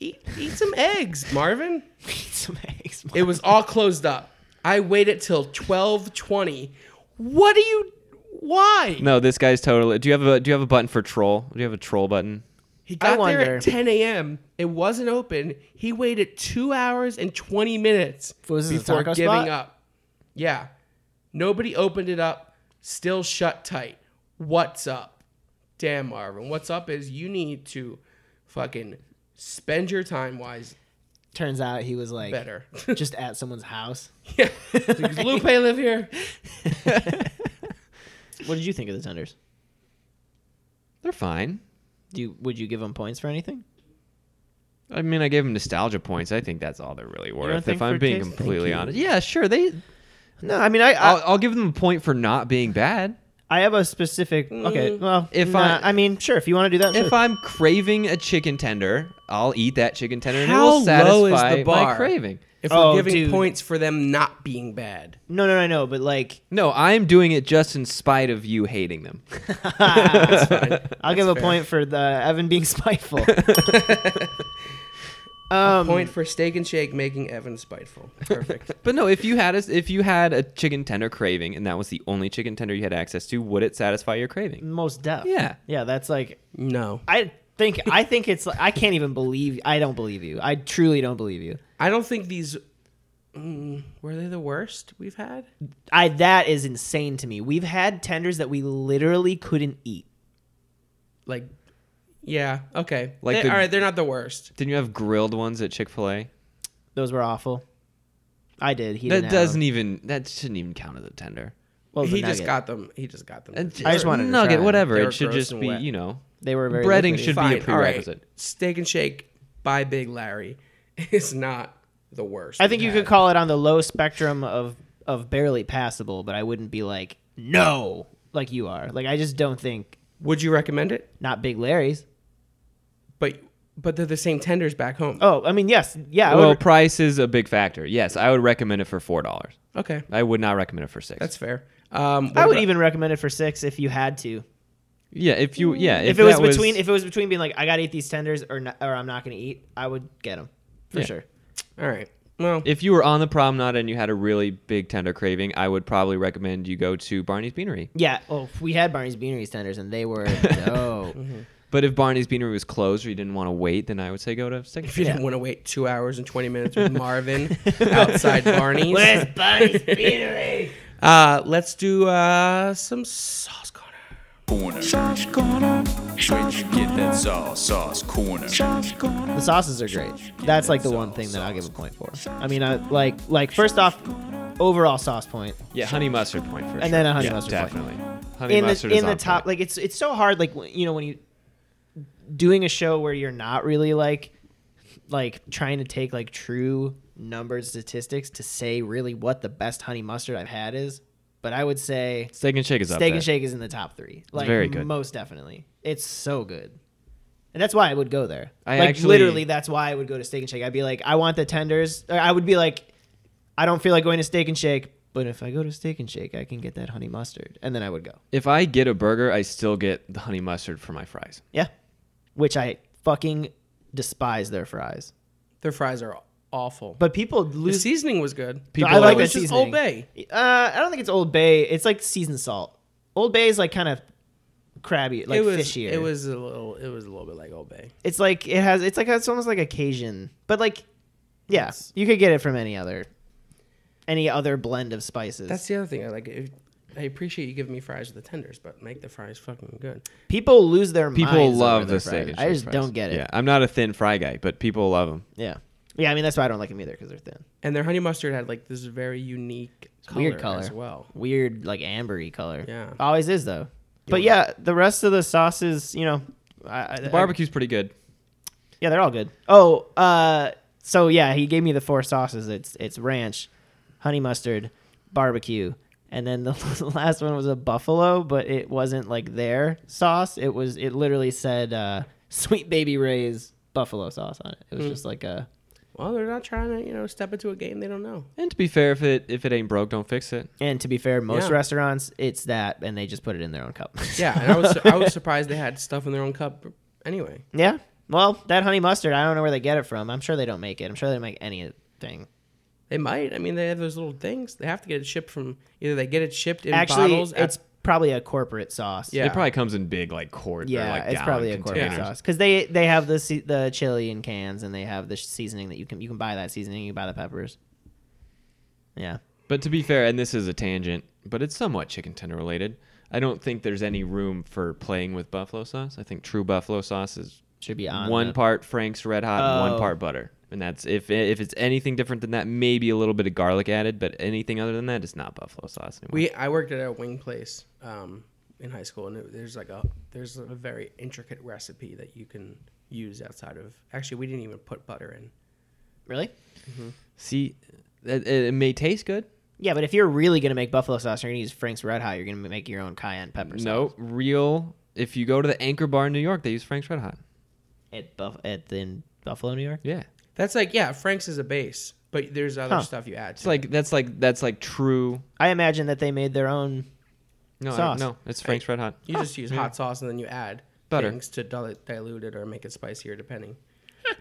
Speaker 3: Eat, eat some eggs, Marvin.
Speaker 1: Some eggs.
Speaker 3: It was all closed up. I waited till 12:20. What do you why?
Speaker 2: No, this guy's totally. Do you have a Do you have a button for troll? Do you have a troll button?
Speaker 3: He
Speaker 1: I
Speaker 3: got there
Speaker 1: wonder.
Speaker 3: at 10 a.m. It wasn't open. He waited 2 hours and 20 minutes
Speaker 1: Was this a
Speaker 3: before
Speaker 1: taco
Speaker 3: giving
Speaker 1: spot?
Speaker 3: up. Yeah. Nobody opened it up. Still shut tight. What's up? Damn, Marvin. What's up is you need to fucking spend your time wise
Speaker 1: Turns out he was like
Speaker 3: better.
Speaker 1: just at someone's house.
Speaker 3: yeah. Does Lupe live here?
Speaker 1: What did you think of the tenders?
Speaker 2: They're fine.
Speaker 1: Do you, would you give them points for anything?
Speaker 2: I mean, I gave him nostalgia points. I think that's all they're really worth.
Speaker 1: think
Speaker 2: If
Speaker 1: for
Speaker 2: I'm being
Speaker 1: taste? Thank
Speaker 2: completely
Speaker 1: you.
Speaker 2: honest, yeah, sure. They,
Speaker 1: No, I mean I I,
Speaker 2: I'll, I'll give them a point for not being bad.
Speaker 1: I have a specific. Okay, well,
Speaker 2: If
Speaker 1: Mm, if I
Speaker 2: I-
Speaker 1: I mean sure, if you want to do that,
Speaker 2: If
Speaker 1: sure.
Speaker 2: I'm craving a chicken tender, I'll eat that chicken tender and it
Speaker 3: How
Speaker 2: will satisfy
Speaker 3: low is the
Speaker 2: my
Speaker 3: bar?
Speaker 2: craving.
Speaker 3: If
Speaker 1: Oh,
Speaker 3: we're giving
Speaker 1: dude.
Speaker 3: points for them not being bad.
Speaker 1: no, no, no, no, but like
Speaker 2: No, I'm doing it just in spite of you hating them.
Speaker 1: I'll give a point for the Evan being spiteful. um,
Speaker 3: Point for Steak and Shake making Evan spiteful. Perfect.
Speaker 2: But no, if you had a, if you had a chicken tender craving and that was the only chicken tender you had access to, would it satisfy your craving?
Speaker 1: most deaf.
Speaker 2: Yeah.
Speaker 1: yeah, that's like
Speaker 3: no.
Speaker 1: I think I think it's like I can't even believe I don't believe you. I truly don't believe you.
Speaker 3: I don't think these mm, were they the worst we've had.
Speaker 1: I that is insane to me. We've had tenders that we literally couldn't eat.
Speaker 3: Like Yeah. Okay.
Speaker 2: Like
Speaker 3: They-
Speaker 2: the-
Speaker 3: all right, they're not the worst.
Speaker 2: Didn't you have grilled ones at Chick Fil A?
Speaker 1: Those were awful. I did. He
Speaker 2: That
Speaker 1: didn't have
Speaker 2: doesn't
Speaker 1: them.
Speaker 2: even. That shouldn't even count as a tender.
Speaker 1: Well, it was a
Speaker 3: he just
Speaker 1: nugget.
Speaker 3: got them. He just got them.
Speaker 2: And
Speaker 1: I just wanted to
Speaker 2: nugget,
Speaker 1: try 'em.
Speaker 2: whatever.
Speaker 3: They were
Speaker 2: It should
Speaker 3: gross
Speaker 2: just
Speaker 3: and
Speaker 2: be,
Speaker 3: wet.
Speaker 2: you know,
Speaker 1: They were very
Speaker 2: breading
Speaker 1: liquidy.
Speaker 2: should be a
Speaker 3: Fine, all right.
Speaker 2: prerequisite.
Speaker 3: Steak and Shake by Big Larry is not the worst.
Speaker 1: I think
Speaker 3: we've
Speaker 1: you could
Speaker 3: had.
Speaker 1: call it on the low spectrum of of barely passable, but I wouldn't be like no, like you are. Like I just don't think
Speaker 3: Would you recommend it?
Speaker 1: not Big Larry's.
Speaker 3: But but they're the same tenders back home.
Speaker 1: Oh, I mean yes, yeah. I
Speaker 2: well,
Speaker 1: would-
Speaker 2: price is a big factor. Yes, I would recommend it for four dollars.
Speaker 3: Okay,
Speaker 2: I would not recommend it for six.
Speaker 3: that's fair. Um, what
Speaker 1: I would
Speaker 3: about-
Speaker 1: even recommend it for six if you had to.
Speaker 2: yeah. If you yeah, if,
Speaker 1: Mm, If, it was
Speaker 2: that
Speaker 1: between if it was between being like I got to eat these tenders or not, or I'm not going to eat, I would get them for
Speaker 2: Yeah.
Speaker 1: sure.
Speaker 3: All right. Well,
Speaker 2: if you were on the promenade and you had a really big tender craving, I would probably recommend you go to Barney's Beanery.
Speaker 1: Yeah. Well, we had Barney's Beanery's tenders and they were dope.
Speaker 2: But if Barney's Beanery was closed or you didn't want to wait, then I would say go to Second.
Speaker 3: if you didn't want to wait two hours and twenty minutes with Marvin outside Barney's,
Speaker 1: Where's Barney's Beanery?
Speaker 3: uh, let's do uh, some sauce corner.
Speaker 5: corner. Sauce corner. Where you get that sauce? Sauce corner. Sauce corner.
Speaker 1: The sauces are great. That's like the one thing that I'll give a point for. I mean, I like like first off, overall sauce point.
Speaker 2: Yeah, honey mustard point for sure.
Speaker 1: then a honey
Speaker 2: Yeah,
Speaker 1: mustard point.
Speaker 2: definitely. Honey
Speaker 1: in the
Speaker 2: mustard is
Speaker 1: in the
Speaker 2: on
Speaker 1: top,
Speaker 2: point.
Speaker 1: like it's it's so hard. Like you know when you doing a show where you're not really like like trying to take like true numbered statistics to say really what the best honey mustard I've had is. But I would say
Speaker 2: Steak and Shake is up
Speaker 1: Steak
Speaker 2: there.
Speaker 1: and Shake is in the top three. Like
Speaker 2: very good.
Speaker 1: most definitely. It's so good. And that's why I would go there.
Speaker 2: I
Speaker 1: like
Speaker 2: actually-
Speaker 1: literally that's why I would go to Steak and Shake. I'd be like, I want the tenders. Or I would be like, I don't feel like going to Steak and Shake, but if I go to Steak and Shake, I can get that honey mustard. And then I would go.
Speaker 2: If I get a burger, I still get the honey mustard for my fries.
Speaker 1: Yeah. Which I fucking despise their fries.
Speaker 3: Their fries are awful. But
Speaker 1: But people
Speaker 3: the
Speaker 1: lose
Speaker 3: seasoning was good.
Speaker 2: People
Speaker 1: I like
Speaker 2: always-
Speaker 1: the
Speaker 3: It's just Old
Speaker 1: seasoning.
Speaker 3: Bay.
Speaker 1: Uh, I don't think it's Old Bay. It's like seasoned salt. Old Bay is like kind of crabby, like
Speaker 3: it was
Speaker 1: fishier.
Speaker 3: it was a little it was a little bit like Old Bay.
Speaker 1: it's like it has it's like it's almost like a Cajun, but like yeah, you could get it from any other any other blend of spices.
Speaker 3: That's the other thing. I like. If, I appreciate you giving me fries with the tenders, but make the fries fucking good.
Speaker 1: people lose their
Speaker 2: People
Speaker 1: minds
Speaker 2: love
Speaker 1: over
Speaker 2: the
Speaker 1: their
Speaker 2: steak and
Speaker 1: fries. I
Speaker 2: shake
Speaker 1: just
Speaker 2: fries.
Speaker 1: don't get it.
Speaker 2: Yeah, I'm not a thin fry guy, but people love them.
Speaker 1: yeah. Yeah, I mean that's why I don't like them either cuz they're thin.
Speaker 3: And their honey mustard had like this very unique color
Speaker 1: Weird color.
Speaker 3: as well.
Speaker 1: Weird like ambery color.
Speaker 3: Yeah.
Speaker 1: Always is though. But yeah, the rest of the sauces, you know, I, I,
Speaker 2: Barbecue's pretty good.
Speaker 1: Yeah, they're all good. Oh, uh, so yeah, he gave me the four sauces. It's it's ranch, honey mustard, barbecue, and then the last one was a buffalo, but it wasn't like their sauce. It was it literally said uh, sweet baby Ray's buffalo sauce on it. It
Speaker 3: Hmm.
Speaker 1: was just like a
Speaker 3: Well, they're not trying to you know step into a game they don't know.
Speaker 2: And to be fair, if it if it ain't broke, don't fix it.
Speaker 1: and to be fair, most
Speaker 3: Yeah.
Speaker 1: restaurants it's that and they just put it in their own cup.
Speaker 3: Yeah, and I was I was surprised they had stuff in their own cup anyway.
Speaker 1: yeah. Well, that honey mustard, I don't know where they get it from. I'm sure they don't make it. I'm sure they don't make anything.
Speaker 3: They might. I mean, they have those little things. They have to get it shipped from either they get it shipped in
Speaker 1: Actually,
Speaker 3: bottles. at-
Speaker 1: it's probably a corporate sauce.
Speaker 3: Yeah.
Speaker 2: It probably comes in big like cord. or
Speaker 1: Yeah,
Speaker 2: like
Speaker 1: it's
Speaker 2: gallon
Speaker 1: probably a
Speaker 2: containers.
Speaker 1: corporate sauce because they they have the se- the chili in cans and they have the sh- seasoning that you can you can buy that seasoning. You can buy the peppers. Yeah,
Speaker 2: But to be fair, and this is a tangent, but it's somewhat chicken tender related. I don't think there's any room for playing with buffalo sauce. I think true buffalo sauce is
Speaker 1: should be on
Speaker 2: one
Speaker 1: the-
Speaker 2: part Frank's Red Hot and
Speaker 1: Oh.
Speaker 2: one part butter. And that's if if it's anything different than that, maybe a little bit of garlic added, but anything other than that, it's not buffalo sauce anymore.
Speaker 3: we I worked at a wing place um, in high school, and it, there's like a there's a very intricate recipe that you can use outside of. Actually, we didn't even put butter in.
Speaker 1: Really?
Speaker 2: See, it, it may taste good.
Speaker 1: Yeah, but if you're really gonna make buffalo sauce, you're gonna use Frank's Red Hot. You're gonna make your own cayenne pepper. sauce.
Speaker 2: No, real. If you go to the Anchor Bar in New York, they use Frank's Red Hot.
Speaker 1: at Buff at in Buffalo, New York.
Speaker 2: Yeah,
Speaker 3: That's like yeah, Frank's is a base, but there's other
Speaker 1: Huh.
Speaker 3: stuff you add. To
Speaker 2: it's like that's like that's like true.
Speaker 1: I imagine that they made their own.
Speaker 2: No, I-
Speaker 1: Sauce.
Speaker 2: no, it's Frank's Red Hot.
Speaker 3: You just use hot sauce and then you add
Speaker 2: Butter.
Speaker 3: things to dil- dilute it or make it spicier depending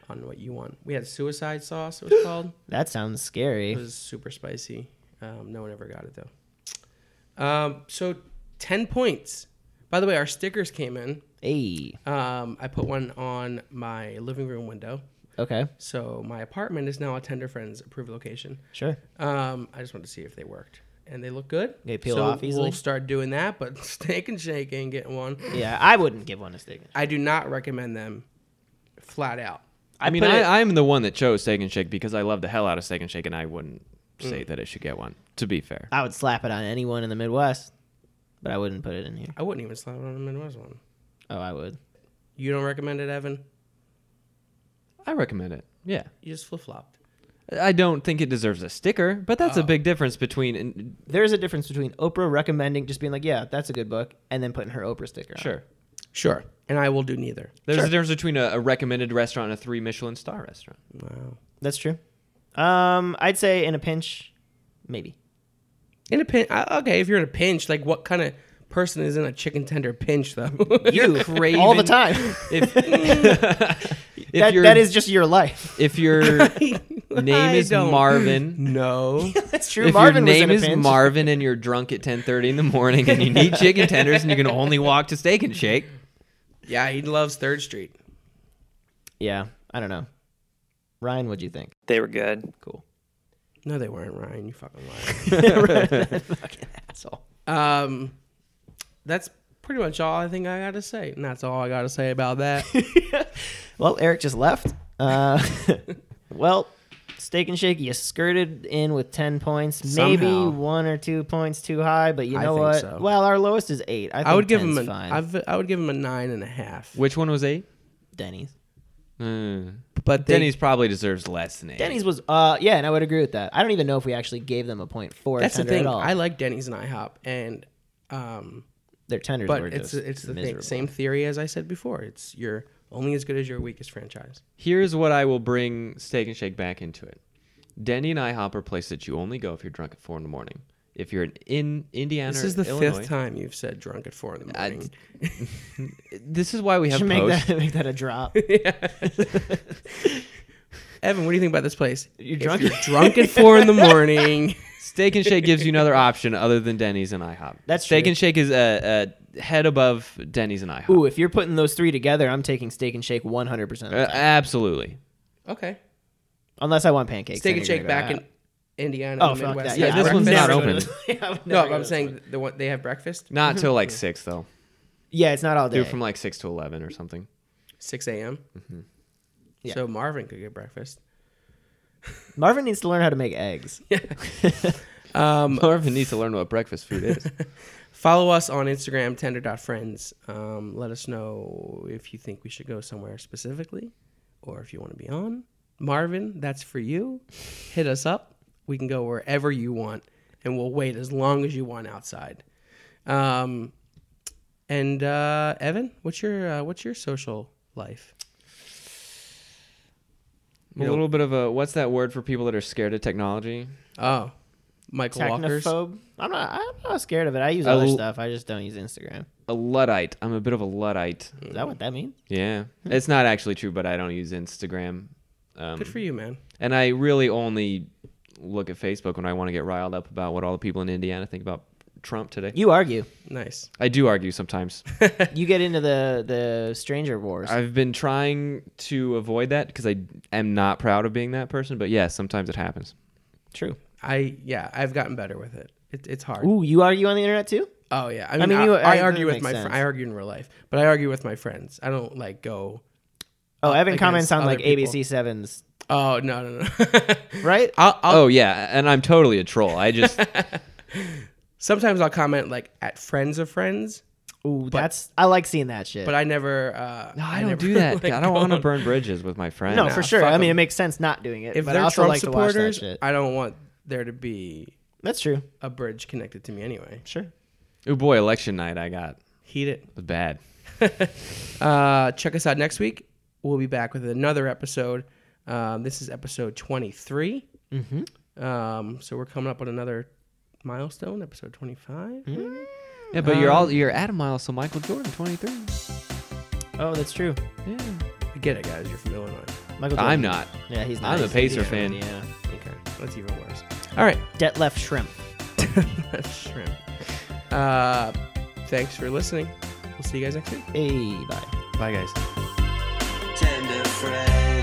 Speaker 3: on what you want. We had suicide sauce, it was called.
Speaker 1: That sounds
Speaker 3: It
Speaker 1: scary.
Speaker 3: was super spicy. Um, no one ever got it though. Um, so 10 points. By the way, our stickers came in.
Speaker 1: Hey,
Speaker 3: Um, I put one on my living room window.
Speaker 1: okay,
Speaker 3: So my apartment is now a Tender Friends approved location.
Speaker 1: sure.
Speaker 3: Um, I just wanted to see if they worked. and they look good.
Speaker 1: They peel
Speaker 3: so
Speaker 1: off easily?
Speaker 3: We'll start doing that, but Steak and Shake ain't getting one.
Speaker 1: Yeah, I wouldn't give one a steak.
Speaker 3: I do not recommend them, flat out.
Speaker 2: I, mean,
Speaker 1: put it-
Speaker 2: I, I'm the one that chose Steak and Shake because I love the hell out of Steak and Shake, and I wouldn't say that it should get one. To be fair,
Speaker 1: I would slap it on anyone in the Midwest, but I wouldn't put it in here.
Speaker 3: I wouldn't even slap it on a Midwest one.
Speaker 1: Oh, I would.
Speaker 3: You don't recommend it, Evan?
Speaker 2: I recommend it. Yeah,
Speaker 3: You just flip flopped.
Speaker 2: I don't think it deserves a sticker, but that's a big difference between. and-
Speaker 1: There's a difference between Oprah recommending just being like, "Yeah, that's a good book," and then putting her Oprah sticker on. it.
Speaker 2: Sure,
Speaker 3: Sure. And I will do neither.
Speaker 2: there's a difference between a, a recommended restaurant and a three Michelin star restaurant.
Speaker 3: Wow.
Speaker 1: that's true. Um, I'd say in a pinch, maybe.
Speaker 3: In a pinch, okay. If you're in a pinch, like what kind of person is in a chicken tender pinch though?
Speaker 1: You crazy all the time.
Speaker 2: If, if
Speaker 1: that,
Speaker 2: your-
Speaker 1: that is just your life.
Speaker 2: if your name
Speaker 3: I
Speaker 2: is
Speaker 3: don't
Speaker 2: Marvin.
Speaker 3: no.
Speaker 1: That's true.
Speaker 2: If
Speaker 1: Marvin
Speaker 2: your name
Speaker 1: was
Speaker 2: is
Speaker 1: in a pinch.
Speaker 2: Marvin and you're drunk at 10:30 in the morning and you need chicken tenders and you can only walk to Steak and Shake,
Speaker 3: yeah, he loves Third Street.
Speaker 1: yeah, I don't know. Ryan, what'd you think?
Speaker 6: They were good.
Speaker 1: Cool.
Speaker 3: No, they weren't, Ryan. You fucking liar.
Speaker 1: Asshole.
Speaker 3: Um, that's pretty much all I think I got to say. And that's all I got to say about that.
Speaker 1: Well, Eric just left. Uh, well, Steak and Shake, you skirted in with 10 points,
Speaker 3: Somehow.
Speaker 1: maybe one or two points too high, but you
Speaker 3: I
Speaker 1: know
Speaker 3: think
Speaker 1: what?
Speaker 3: so.
Speaker 1: Well, our lowest is eight. I, think
Speaker 3: I would give him
Speaker 1: 10's
Speaker 3: an
Speaker 1: fine.
Speaker 3: I've, I would give him a nine and a half.
Speaker 2: which one was eight?
Speaker 1: Denny's.
Speaker 2: Mm.
Speaker 3: But they,
Speaker 2: Denny's probably deserves less than eight.
Speaker 1: Denny's was, uh, yeah, and I would agree with that. I don't even know if we actually gave them a point for
Speaker 3: that's the
Speaker 1: tender
Speaker 3: thing.
Speaker 1: at all.
Speaker 3: I like Denny's and IHOP, and um,
Speaker 1: Their tenders
Speaker 3: but
Speaker 1: were
Speaker 3: it's
Speaker 1: just
Speaker 3: it's the thing,
Speaker 1: miserable.
Speaker 3: same theory as I said before. It's you're only as good as your weakest franchise.
Speaker 2: Here's what I will bring Steak and Shake back into it. Denny and IHOP are places that you only go if you're drunk at four in the morning. If you're in, in Indiana,
Speaker 3: This
Speaker 2: or
Speaker 3: is the
Speaker 2: Illinois,
Speaker 3: fifth time you've said drunk at four in the
Speaker 2: I-
Speaker 3: morning.
Speaker 2: This is why we have
Speaker 1: Should make
Speaker 2: posts.
Speaker 1: that, make that a drop.
Speaker 3: Evan, what do you think about this place?
Speaker 1: You're
Speaker 3: If
Speaker 1: drunk-
Speaker 3: you're drunk at four in the morning.
Speaker 2: Steak and Shake gives you another option other than Denny's and IHOP.
Speaker 1: That's
Speaker 2: Steak
Speaker 1: true.
Speaker 2: and Shake is a, a head above Denny's and IHOP.
Speaker 1: Ooh, if you're putting those three together, I'm taking Steak and Shake 100%. of the
Speaker 2: Uh,
Speaker 1: time.
Speaker 2: absolutely.
Speaker 3: Okay,
Speaker 1: Unless I want pancakes.
Speaker 3: steak
Speaker 1: then
Speaker 3: and
Speaker 1: you're
Speaker 3: shake
Speaker 1: gonna go
Speaker 3: back
Speaker 2: Uh,
Speaker 3: in Indiana.
Speaker 1: Oh,
Speaker 3: in the
Speaker 1: fuck
Speaker 3: Midwest.
Speaker 1: that.
Speaker 2: Yeah,
Speaker 1: Yeah,
Speaker 2: this
Speaker 1: I
Speaker 2: one's
Speaker 1: would
Speaker 2: not
Speaker 1: never
Speaker 2: open. Mm-hmm.
Speaker 1: go to this- Yeah, I would
Speaker 3: No,
Speaker 1: never
Speaker 3: but
Speaker 1: go
Speaker 3: I'm
Speaker 1: to this one.
Speaker 3: saying the one they have breakfast
Speaker 2: Not till like six though.
Speaker 1: Yeah, it's not all day.
Speaker 2: Do it from like six to eleven or something.
Speaker 3: six a.m.
Speaker 2: Mm-hmm.
Speaker 1: Yeah.
Speaker 3: So Marvin could get breakfast.
Speaker 1: Marvin needs to learn how to make eggs.
Speaker 3: Um,
Speaker 2: Marvin needs to learn what breakfast food is.
Speaker 3: follow us on Instagram tender.friends. Um, let us know if you think we should go somewhere specifically, or if you want to be on Marvin. That's for you. Hit us up. We can go wherever you want, and we'll wait as long as you want outside. Um, and uh, Evan, what's your uh, what's your social life?
Speaker 2: I'm a little bit of a what's that word for people that are scared of technology?
Speaker 3: Oh, Michael Walker's.
Speaker 1: Technophobe. I'm not. I'm not scared of it. I use
Speaker 2: I
Speaker 1: other
Speaker 2: l-
Speaker 1: stuff. I just don't use Instagram.
Speaker 2: A luddite. I'm a bit of a luddite.
Speaker 1: Is that what that means?
Speaker 2: Yeah, it's not actually true, but I don't use Instagram. Um,
Speaker 3: Good for you, man.
Speaker 2: And I really only look at Facebook when I want to get riled up about what all the people in Indiana think about Trump today.
Speaker 1: You argue.
Speaker 3: Nice.
Speaker 2: I do argue sometimes.
Speaker 1: you get into the the stranger wars.
Speaker 2: I've been trying to avoid that because I am not proud of being that person. But yes, sometimes it happens.
Speaker 1: True.
Speaker 3: I yeah, I've gotten better with it. it it's hard.
Speaker 1: Ooh, you argue on the internet too?
Speaker 3: Oh yeah, I mean, I,
Speaker 1: mean, you-
Speaker 3: I
Speaker 1: I-
Speaker 3: argue
Speaker 1: that makes
Speaker 3: with my fr-
Speaker 1: sense.
Speaker 3: I argue in real life, but I argue with my friends. I don't like go.
Speaker 1: Oh, Evan
Speaker 3: Uh, against
Speaker 1: comments sound
Speaker 3: other
Speaker 1: like
Speaker 3: people.
Speaker 1: ABC Sevens,
Speaker 3: Oh no no no.
Speaker 1: right?
Speaker 3: I'll, I'll
Speaker 2: oh yeah, and I'm totally a troll. I just
Speaker 3: sometimes I'll comment like at friends of friends,
Speaker 1: Ooh, that's I like seeing that shit.
Speaker 3: but I never. Uh,
Speaker 2: no, I don't
Speaker 3: never,
Speaker 2: do that.
Speaker 3: like,
Speaker 2: I don't want to
Speaker 3: go-
Speaker 2: burn bridges with my friends.
Speaker 1: no, for sure.
Speaker 3: fuck
Speaker 1: I mean, it
Speaker 3: 'em.
Speaker 1: makes sense not doing it.
Speaker 3: If
Speaker 1: but I
Speaker 3: they're
Speaker 1: also
Speaker 3: Trump
Speaker 1: like to watch that
Speaker 3: supporters,
Speaker 1: shit.
Speaker 3: I don't want there to be
Speaker 1: That's true.
Speaker 3: a bridge connected to me anyway.
Speaker 1: Sure.
Speaker 2: Oh boy, election night I got
Speaker 3: Heat it.
Speaker 2: was bad.
Speaker 3: Uh, check us out next week. We'll be back with another episode. Um, this is episode 23. Mm-hmm. Um, so we're coming up on another milestone, episode 25.
Speaker 1: Mm-hmm.
Speaker 2: Yeah, but you're all you're at a mile, so Michael Jordan, 23.
Speaker 1: Oh, that's true.
Speaker 2: Yeah,
Speaker 3: I get it, guys. You're from Illinois.
Speaker 1: Michael. Jordan.
Speaker 2: I'm not.
Speaker 1: Yeah, he's not.
Speaker 2: I'm a
Speaker 1: He's-
Speaker 2: Pacer
Speaker 1: yeah,
Speaker 2: fan.
Speaker 1: Yeah.
Speaker 3: Okay, that's even worse. All right,
Speaker 1: Detlef Shrimp.
Speaker 3: shrimp. Uh, thanks for listening. We'll see you guys next week.
Speaker 1: Hey, bye.
Speaker 2: Bye guys.
Speaker 4: Tender friends.